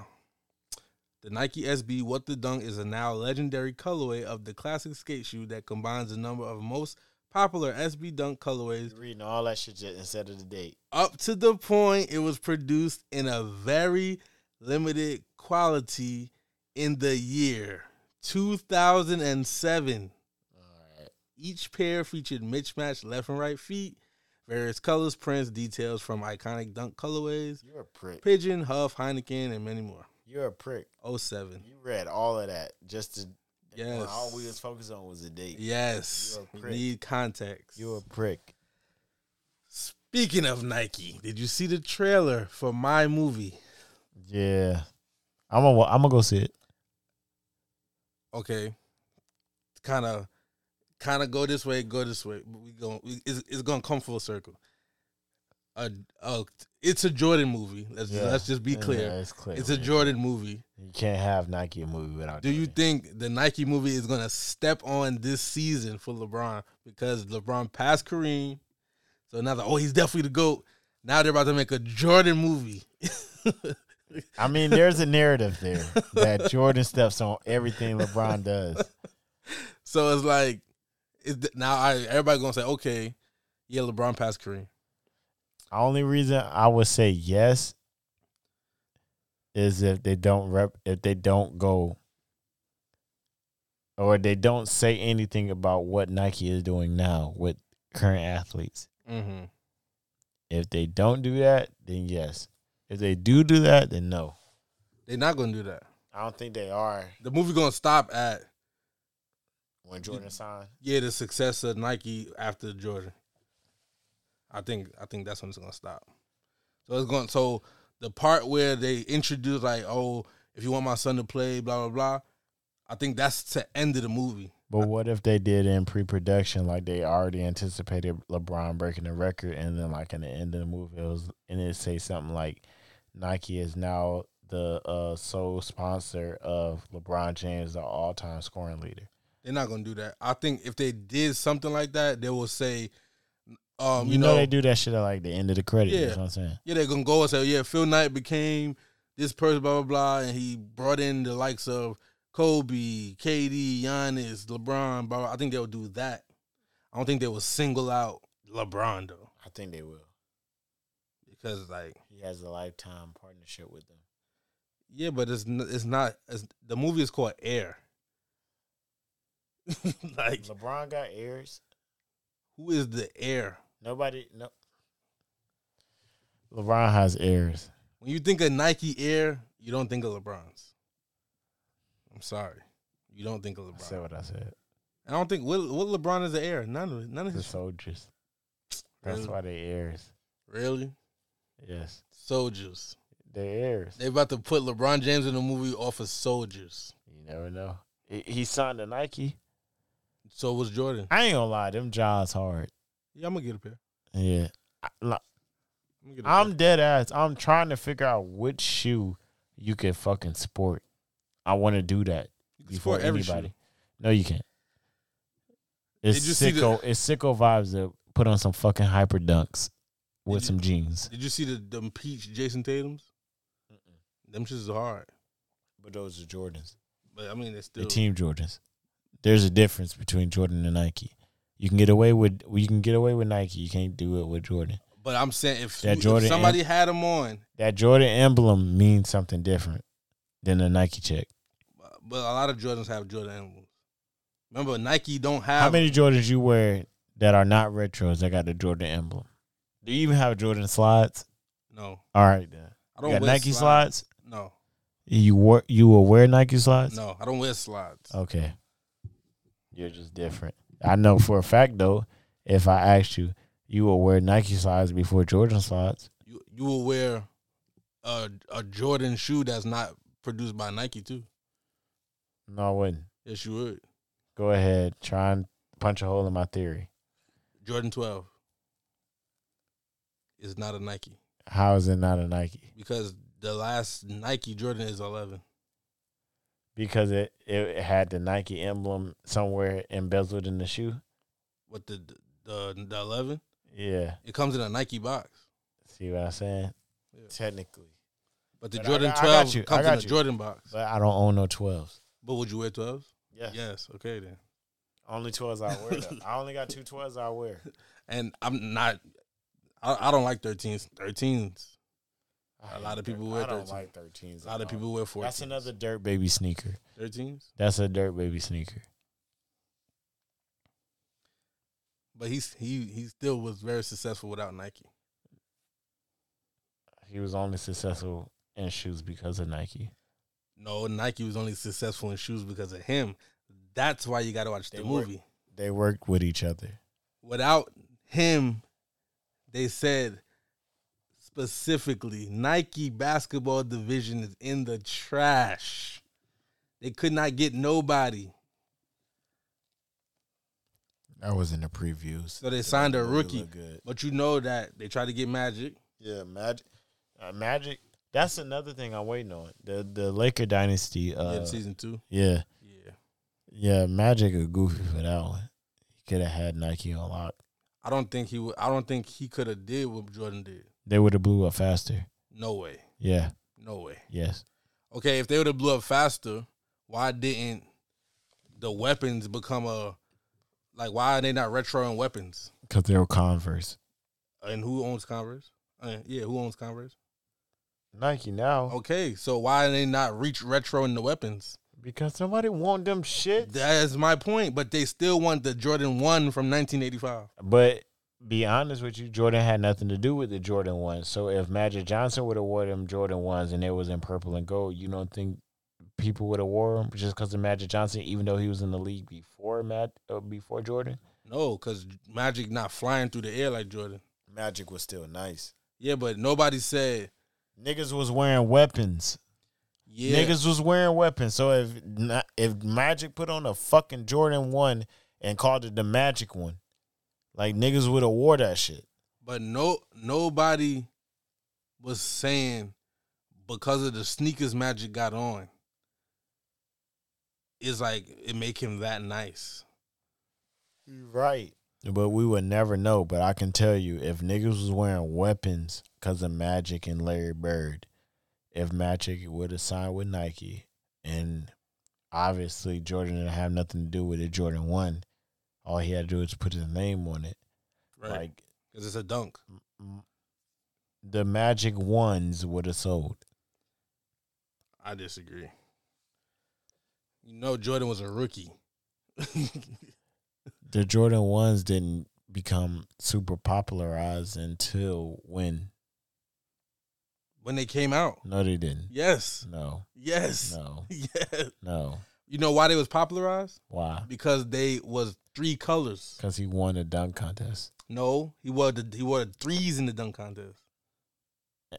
B: the Nike SB What the Dunk is a now legendary colorway of the classic skate shoe that combines a number of most popular SB Dunk colorways.
A: You're reading all that shit just instead of the date.
B: Up to the point it was produced in a very limited quality in the year 2007.
A: All right.
B: Each pair featured mismatched left and right feet, various colors, prints, details from iconic dunk colorways.
A: You're a prick.
B: Pigeon, Huff, Heineken, and many more.
A: You're a prick.
B: 07.
A: You read all of that just to.
B: Yes.
A: when All we was focused on was the date.
B: Yes.
A: You a
B: We
A: prick.
B: need context.
A: You're a prick.
B: Speaking of Nike, did you see the trailer for my movie?
A: Yeah. I'm gonna I'm gonna go see it.
B: Okay. Kind of kind of go this way, go this way. but We going we, it's, it's going to come full circle. A, a, it's a Jordan movie. Let's
A: Yeah.
B: let's just be
A: Yeah,
B: clear.
A: it's clear.
B: It's a Jordan movie.
A: You can't have Nike a movie without.
B: Do you
A: Jordan.
B: think the Nike movie is gonna step on this season for LeBron because LeBron passed Kareem? So now, that oh, he's definitely the goat. Now they're about to make a Jordan movie.
A: I mean, there's a narrative there that Jordan steps on everything LeBron does.
B: so it's like it's, now I, everybody gonna say, okay, yeah, LeBron passed Kareem.
A: Only reason I would say yes is if they don't rep if they don't go or they don't say anything about what Nike is doing now with current athletes.
B: Mm-hmm.
A: If they don't do that, then yes. If they do do that, then no.
B: They're not gonna do that.
A: I don't think they are
B: The movie gonna stop at
A: when Jordan signed.
B: yeah the success of Nike after Jordan. I think I think that's when it's gonna stop. So it's going so the part where they introduce like oh if you want my son to play blah blah blah, I think that's to end of the movie.
A: But what if they did in pre-production, like they already anticipated LeBron breaking the record, and then like in the end of the movie, it was and it say something like Nike is now the uh, sole sponsor of LeBron James, the all-time scoring leader.
B: They're not gonna do that. I think if they did something like that, they will say, um,
A: you,
B: you,
A: know, they do that shit at like the end of the credits. You
B: Yeah.
A: know what I'm saying?
B: Yeah, they're gonna go and say, oh, yeah, Phil Knight became this person, blah blah blah, and he brought in the likes of Kobe, KD, Giannis, LeBron. Blah, blah. I think they'll do that. I don't think they will single out LeBron though,
A: I think they will.
B: because like,
A: He has a lifetime partnership with them.
B: yeah, but it's n- it's not. It's, the movie is called Air. like,
A: LeBron got heirs.
B: who is the heir?
A: Nobody. No. LeBron has heirs.
B: When you think of Nike Air, you don't think of LeBron's. I'm sorry, you don't think of
A: I
B: LeBron.
A: said what I said.
B: I don't think what what LeBron is the heir. None of none of
A: The
B: his
A: soldiers. That's
B: Really?
A: why they heirs.
B: really
A: Yes.
B: soldiers.
A: They heirs.
B: They about to put LeBron James in the movie off of soldiers.
A: You never know. He- He signed to Nike.
B: So was Jordan.
A: I ain't gonna lie, them jobs hard.
B: Yeah, I'm gonna get a pair.
A: Yeah. I, like,
B: I'm, gonna get a pair.
A: I'm dead ass. I'm trying to figure out which shoe you can fucking sport. I want to do that
B: You can
A: before
B: support every
A: anybody.
B: shoe.
A: No, you can't. It's
B: Did you see the-
A: sicko. it's sicko vibes to put on some fucking hyper dunks with
B: Did you-
A: some jeans.
B: Did you see the them peach Jason Tatum's? Them shits are hard,
A: But those are Jordans.
B: but I mean they still.
A: the team Jordans. There's a difference between Jordan and Nike. You can get away with you can get away with Nike. You can't do it with Jordan.
B: But I'm saying if,
A: That
B: you- if
A: Jordan
B: somebody had him on,
A: That Jordan emblem means something different than the Nike check.
B: but a lot of Jordans have Jordan emblems. Remember, Nike don't have.
A: How many Jordans you wear that are not retros that got the Jordan emblem? Do you even have Jordan slides?
B: No,
A: All right then.
B: I
A: You
B: don't
A: got
B: wear
A: Nike slides.
B: No,
A: You wore you will wear Nike slides?
B: no, I don't wear slides.
A: Okay. You're just different. I know for a fact though, if I asked you, you will wear Nike slides before Jordan slides.
B: You you will wear a a Jordan shoe that's not produced by Nike too.
A: No, I wouldn't.
B: Yes, you would.
A: Go ahead. Try and punch a hole in my theory.
B: Jordan 12 is not a Nike
A: How is it not a Nike?
B: because the last Nike Jordan is 11.
A: Because it, it had the Nike emblem somewhere embezzled in the shoe.
B: What the the the 11?
A: Yeah.
B: It comes in a Nike box,
A: See what I'm saying?
B: Yeah.
A: Technically.
B: but the
A: But I
B: Jordan
A: got- I got
B: 12
A: you, I
B: comes in
A: got
B: a
A: you.
B: Jordan box.
A: But I don't own no twelves.
B: But would you wear 12s?
A: Yeah.
B: Yes. Okay then.
A: Only twelves I wear. though. I only got two twelves I wear.
B: And I'm not. I, I don't like 13s. 13s. A lot of people wear
A: I don't
B: 13s.
A: like thirteens.
B: A lot of people wear 14s.
A: That's another dirt baby sneaker.
B: 13s.
A: That's a dirt baby sneaker.
B: But he's he he still was very successful without Nike.
A: He was only successful in shoes because of Nike.
B: No, Nike was only successful in shoes because of him. That's why you got to watch
A: They
B: the
A: work-
B: movie.
A: They worked with each other.
B: without him, they said specifically Nike basketball division is in the trash. They could not get nobody.
A: I was in the previews.
B: So they signed a
A: look- look
B: rookie.
A: good.
B: But you know that they tried to get Magic.
A: Yeah, Magic. Uh, Magic. That's another thing I'm waiting on. The the Laker dynasty. Uh,
B: yeah, season two.
A: yeah,
B: Yeah.
A: yeah. Magic a goofy for that one. He could have had Nike on lock.
B: I don't think he would I don't think he could have did what Jordan did.
A: They would have blew up faster.
B: No way.
A: Yeah.
B: No way.
A: Yes.
B: Okay, if they would have blew up faster, why didn't the weapons become a like why are they not retro in weapons?
A: Because they were Converse.
B: And who owns Converse? Uh, yeah, who owns Converse?
A: Nike now.
B: Okay, so why they not reach retro in the weapons?
A: Because somebody want them shit.
B: That is my point. But they still want the Jordan One from 1985.
A: But be honest with you, Jordan had nothing to do with the Jordan ones. So if Magic Johnson would have wore them Jordan ones and it was in purple and gold, you don't think people would have wore them just because of Magic Johnson, even though he was in the league before Matt uh, before Jordan?
B: No, because Magic not flying through the air like Jordan.
A: Magic was still nice.
B: Yeah, but nobody said
A: Niggas was wearing weapons.
B: yeah.
A: Niggas was wearing weapons. So if not, if Magic put on a fucking Jordan one and called it the Magic one, like niggas would have wore that shit.
B: But no, nobody was saying because of the sneakers Magic got on. It's like it make him that nice.
A: Right. But we would never know. But I can tell you, if niggas was wearing weapons because of Magic and Larry Bird, if Magic would have signed with Nike, and obviously Jordan didn't have nothing to do with it, Jordan won. All he had to do was put his name on it.
B: Right.
A: Like
B: Because it's a dunk.
A: the Magic ones would have sold.
B: I disagree. You know Jordan was a rookie.
A: The Jordan ones didn't become super popularized until when?
B: when they came out.
A: No, they didn't.
B: Yes.
A: No,
B: Yes.
A: no,
B: Yes.
A: no.
B: You know why they was popularized?
A: Why?
B: Because they was three colors.
A: Because he won a dunk contest.
B: No, he wore the he wore the threes in the dunk contest.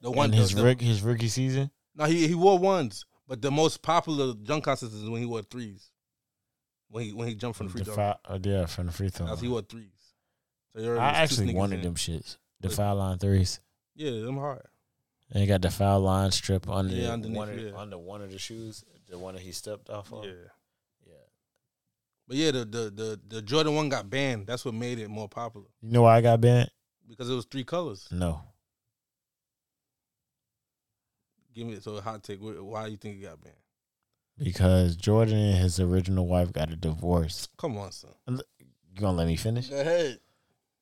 B: The one
A: in his
B: the, the-
A: rick, his rookie season.
B: No, he he wore ones, but the most popular dunk contest is when he wore threes. When he when he jumped from the free throw. line.
A: Defi- oh, yeah, from the free throw.
B: That's- he
A: line.
B: wore threes. So there
A: I
B: was two
A: actually
B: sneakers
A: wanted
B: in.
A: them shits. The
B: But-
A: foul line threes.
B: Yeah, them hard.
A: And he got the foul line strip under,
B: Yeah,
A: the-
B: underneath,
A: one, of, the-
B: yeah.
A: under one of the shoes, the one that he stepped off of.
B: Yeah.
A: Yeah.
B: But yeah, the, the the the Jordan one got banned. That's what made it more popular.
A: You know why I got banned?
B: Because it was three colors.
A: No.
B: Give me so a hot take. Wh- Why you think it got banned?
A: Because Jordan and his original wife got a divorce.
B: Come on, son.
A: You gonna let me finish?
B: ahead.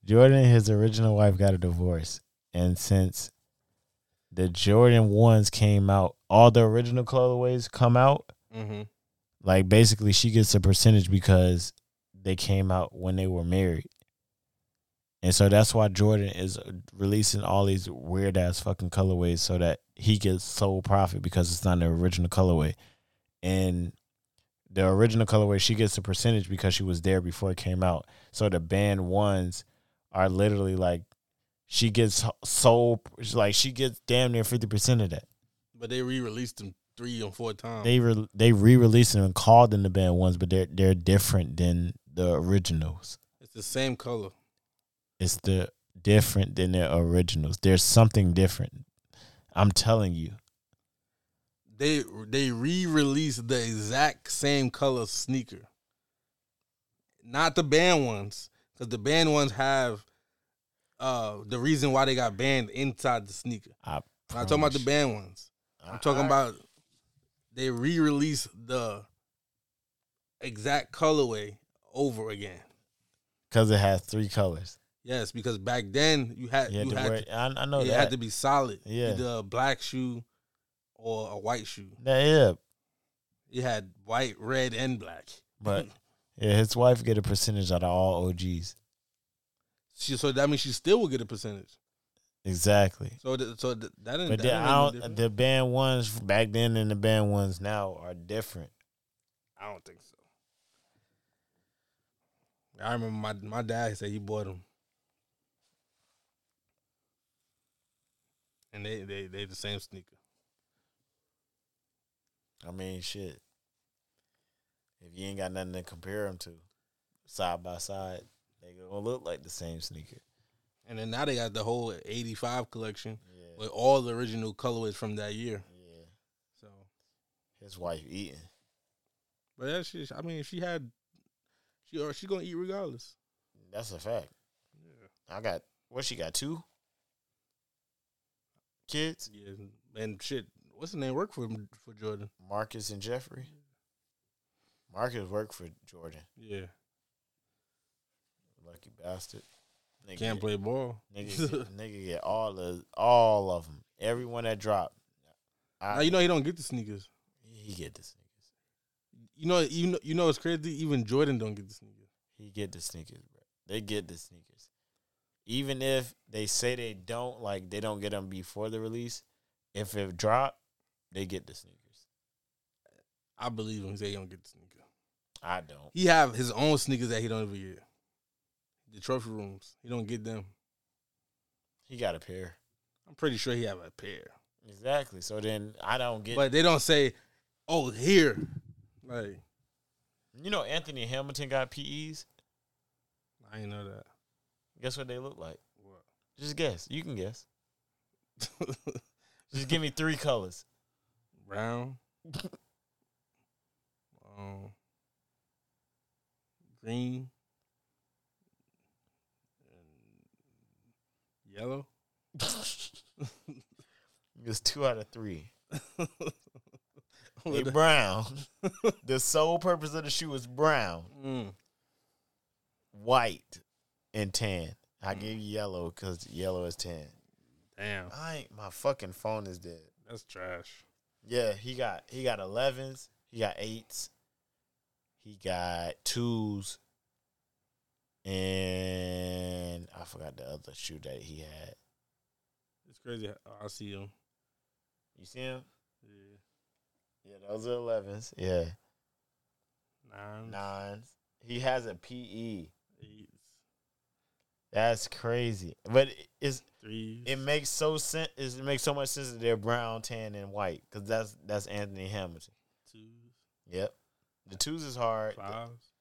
A: Jordan and his original wife got a divorce. And since the Jordan ones came out, all the original colorways come out.
B: Mm-hmm.
A: Like basically, she gets a percentage because they came out when they were married, and so that's why Jordan is releasing all these weird ass fucking colorways so that he gets sole profit because it's not an original colorway, and the original colorway she gets a percentage because she was there before it came out. So the band ones are literally like she gets sole like she gets damn near fifty percent of that.
B: But they re-released them three and four times.
A: They re- they re-released them and called them the band ones, but they're they're different than the originals.
B: it's the same color.
A: It's the different than their originals. There's something different. I'm telling you.
B: They they re-released the exact same color sneaker. Not the banned ones, because the banned ones have uh the reason why they got banned inside the sneaker.
A: I
B: I'm not talking about the banned ones. I'm talking about they re-released the exact colorway over again.
A: because it has three colors.
B: Yes, because back then you had
A: You had
B: you
A: to
B: had
A: wear.
B: to-
A: I, I know
B: it
A: that.
B: had to be solid.
A: Yeah.
B: Either a black shoe or a white shoe.
A: Nah, yeah,
B: It had white, red, and black.
A: but yeah, his wife get a percentage out of all OGs.
B: She, so that means she still will get a percentage.
A: Exactly.
B: So th- so th- that didn't.
A: But the,
B: that didn't make
A: I
B: no
A: don't,
B: difference.
A: the band ones back then and the band ones now are different.
B: I don't think so. I remember my my dad said he bought them, and they they they the same sneaker.
A: I mean, shit. If you ain't got nothing to compare them to, side by side, they gonna look like the same sneaker.
B: And then now they got the whole '85 collection with all the original colorways from that year.
A: Yeah,
B: So,
A: his wife eating.
B: but that shit, I mean, if she had, she or she gonna eat regardless.
A: That's a fact. I got what she got two kids,
B: Yeah, and shit, what's the name work for for Jordan?
A: Marcus and Jeffrey. Marcus worked for Jordan,
B: Yeah,
A: lucky bastard. Nigga,
B: can't play ball.
A: Nigga, get- nigga get all the all of them. Everyone that dropped,
B: Now, you know he don't get the sneakers.
A: he get the sneakers.
B: You know, you know, you know it's crazy. Even Jordan don't get the sneakers.
A: He get the sneakers, bro. They get the sneakers. Even if they say they don't, like they don't get them before the release, if it drop, they get the sneakers.
B: I believe him. He say he don't get the sneaker.
A: I don't.
B: He have his own sneakers that he don't ever get. The trophy rooms, he don't get them.
A: He got a pair.
B: I'm pretty sure he have a pair,
A: Exactly. So then I don't get.
B: but they don't say, "Oh, here." Like
A: you know, Anthony Hamilton got PEs.
B: I didn't know that.
A: Guess what they look like?
B: What?
A: Just guess. You can guess. Just give me three colors.
B: Brown, um, green, and yellow.
A: It's two out of three. They
B: What the-
A: brown. the sole purpose of the shoe is brown.
B: Mm.
A: white and tan. I give you yellow because yellow is tan.
B: Damn,
A: I ain't my fucking phone is dead.
B: that's trash.
A: Yeah, he got he got elevens, he got eights, he got twos, and I forgot the other shoe that he had.
B: It's crazy. how- oh, I see him.
A: You see him?
B: Yeah.
A: Yeah, those are elevens. Yeah,
B: Nine,
A: nines. He has a PE.
B: eights,
A: That's crazy, but it's
B: threes.
A: it makes so sense. It makes so much sense that they're brown, tan, and white because that's that's Anthony Hamilton.
B: twos,
A: Yep. The twos is hard.
B: fives.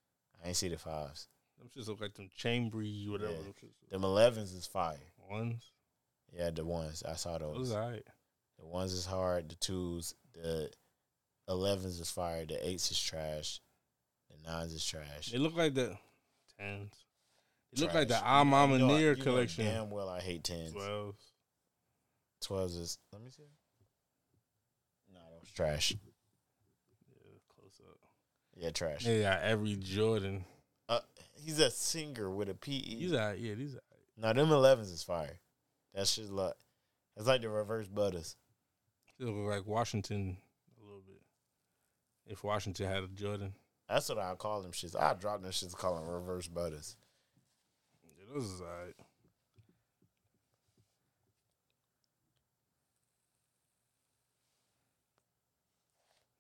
A: I ain't see the fives.
B: Them shits look like them chambry, whatever.
A: Yeah.
B: Them shits look-
A: Them elevens is fire.
B: Ones.
A: Yeah, the ones. I saw
B: It
A: those.
B: was all right.
A: The ones is hard. The twos, the elevens is fire. The eights is trash. The nines is trash.
B: They look like the tens. They look like the
A: Trash.
B: Our Mama
A: You know-
B: Near
A: you know
B: collection.
A: Damn well I hate tens.
B: Twelves.
A: Twelves is let me see. No, nah, those trash.
B: Yeah, close up.
A: Yeah, trash.
B: They got every Jordan.
A: Uh, he's a singer with a PE.
B: These are yeah, these are
A: now them elevens is fire. That's just like it's like the reverse butters.
B: It look like Washington a little bit. If Washington had a Jordan,
A: That's what I call them shits. I drop them shits calling reverse butters.
B: yeah, those is all right.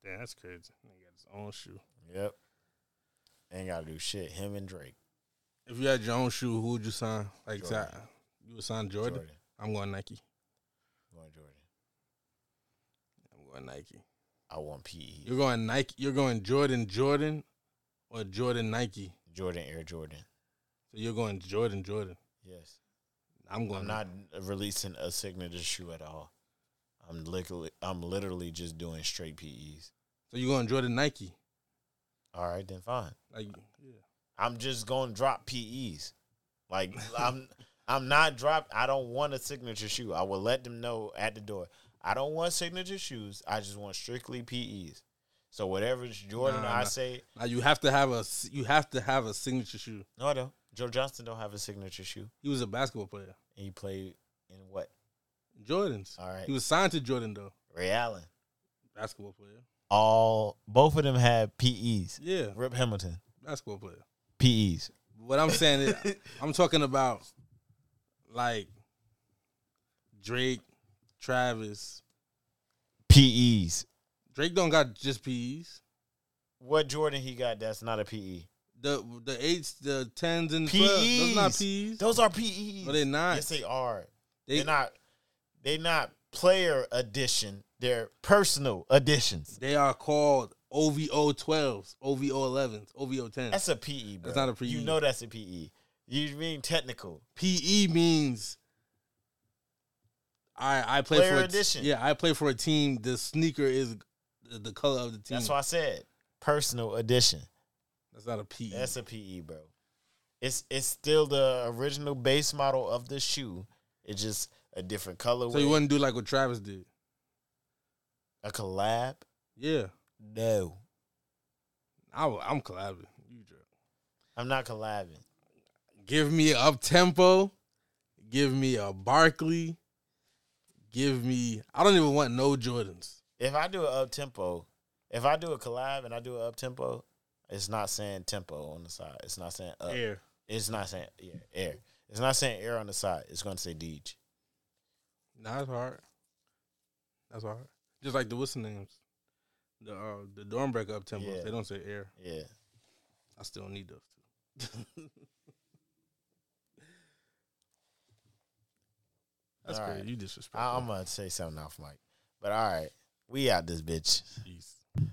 B: Damn, that's crazy. He got his own shoe.
A: Yep. Ain't gotta do shit. Him and Drake.
B: If you had your own shoe, who would you sign? Like,
A: Jordan.
B: si- you would sign Jordan?
A: Jordan.
B: I'm going Nike.
A: Going Jordan.
B: I'm going Nike.
A: I want E. PE.
B: You're going Nike. You're going Jordan, Jordan, or Jordan Nike.
A: Jordan Air Jordan.
B: So you're going Jordan, Jordan.
A: Yes.
B: I'm going.
A: I'm not releasing a signature shoe at all. I'm literally I'm literally just doing straight PEs.
B: So you're going Jordan, Nike.
A: All right, then fine.
B: Like, yeah.
A: I'm just gonna drop PEs. Like I'm I'm not drop I don't want a signature shoe. I will let them know at the door. I don't want signature shoes. I just want strictly PEs. So whatever it's Jordan
B: Nah,
A: I
B: nah.
A: say,
B: Now you have to have a s- you have to have a signature shoe.
A: no, I don't. Joe Johnston don't have a signature shoe.
B: He was a basketball player.
A: And he played in what?
B: Jordans.
A: All right.
B: He was signed to Jordan though.
A: Ray Allen.
B: Basketball player.
A: All both of them had PEs.
B: Yeah,
A: Rip Hamilton.
B: basketball player.
A: PEs.
B: What I'm saying is, I'm talking about like Drake, Travis.
A: PEs.
B: Drake don't got just PEs.
A: What Jordan he got that's not a E? PE.
B: The the eights, the tens, and the 12s, those not
A: PEs.
B: PEs.
A: Those are PEs.
B: No, they're not.
A: Yes, they are.
B: They-
A: They, are not. They're not player edition. They're personal editions.
B: They are called OVO twelves, OVO elevens, OVO tens.
A: That's a PE, bro.
B: That's not a E. PE.
A: You know that's a PE. You mean technical?
B: PE E means I I play
A: Player
B: for a t-
A: edition.
B: yeah, I play for a team. The sneaker is the the color of the team.
A: That's why I said personal edition.
B: That's not a PE.
A: That's a PE, bro. It's it's still the original base model of the shoe. It's just a different colorway.
B: so you wouldn't do like what Travis did.
A: a collab?
B: Yeah,
A: No,
B: I, will- I'm collabing. You drip.
A: I'm not collabing.
B: Give me a up tempo. Give me a Barkley. Give me. I don't even want no Jordans.
A: if I do a up tempo, if I do a collab and I do a up tempo, it's not saying tempo on the side. It's not saying up.
B: Air.
A: It's not saying yeah, air. It's not saying air on the side. It's going to say Deej.
B: Nah, that's hard. That's hard. Just like the what's the names, the uh, the Dornbreck up tempo.
A: Yeah.
B: They don't say air.
A: Yeah.
B: I still need those two. That's
A: All
B: crazy.
A: right.
B: You disrespectful.
A: I, I'm going to say something off mic. But all right. We out this bitch.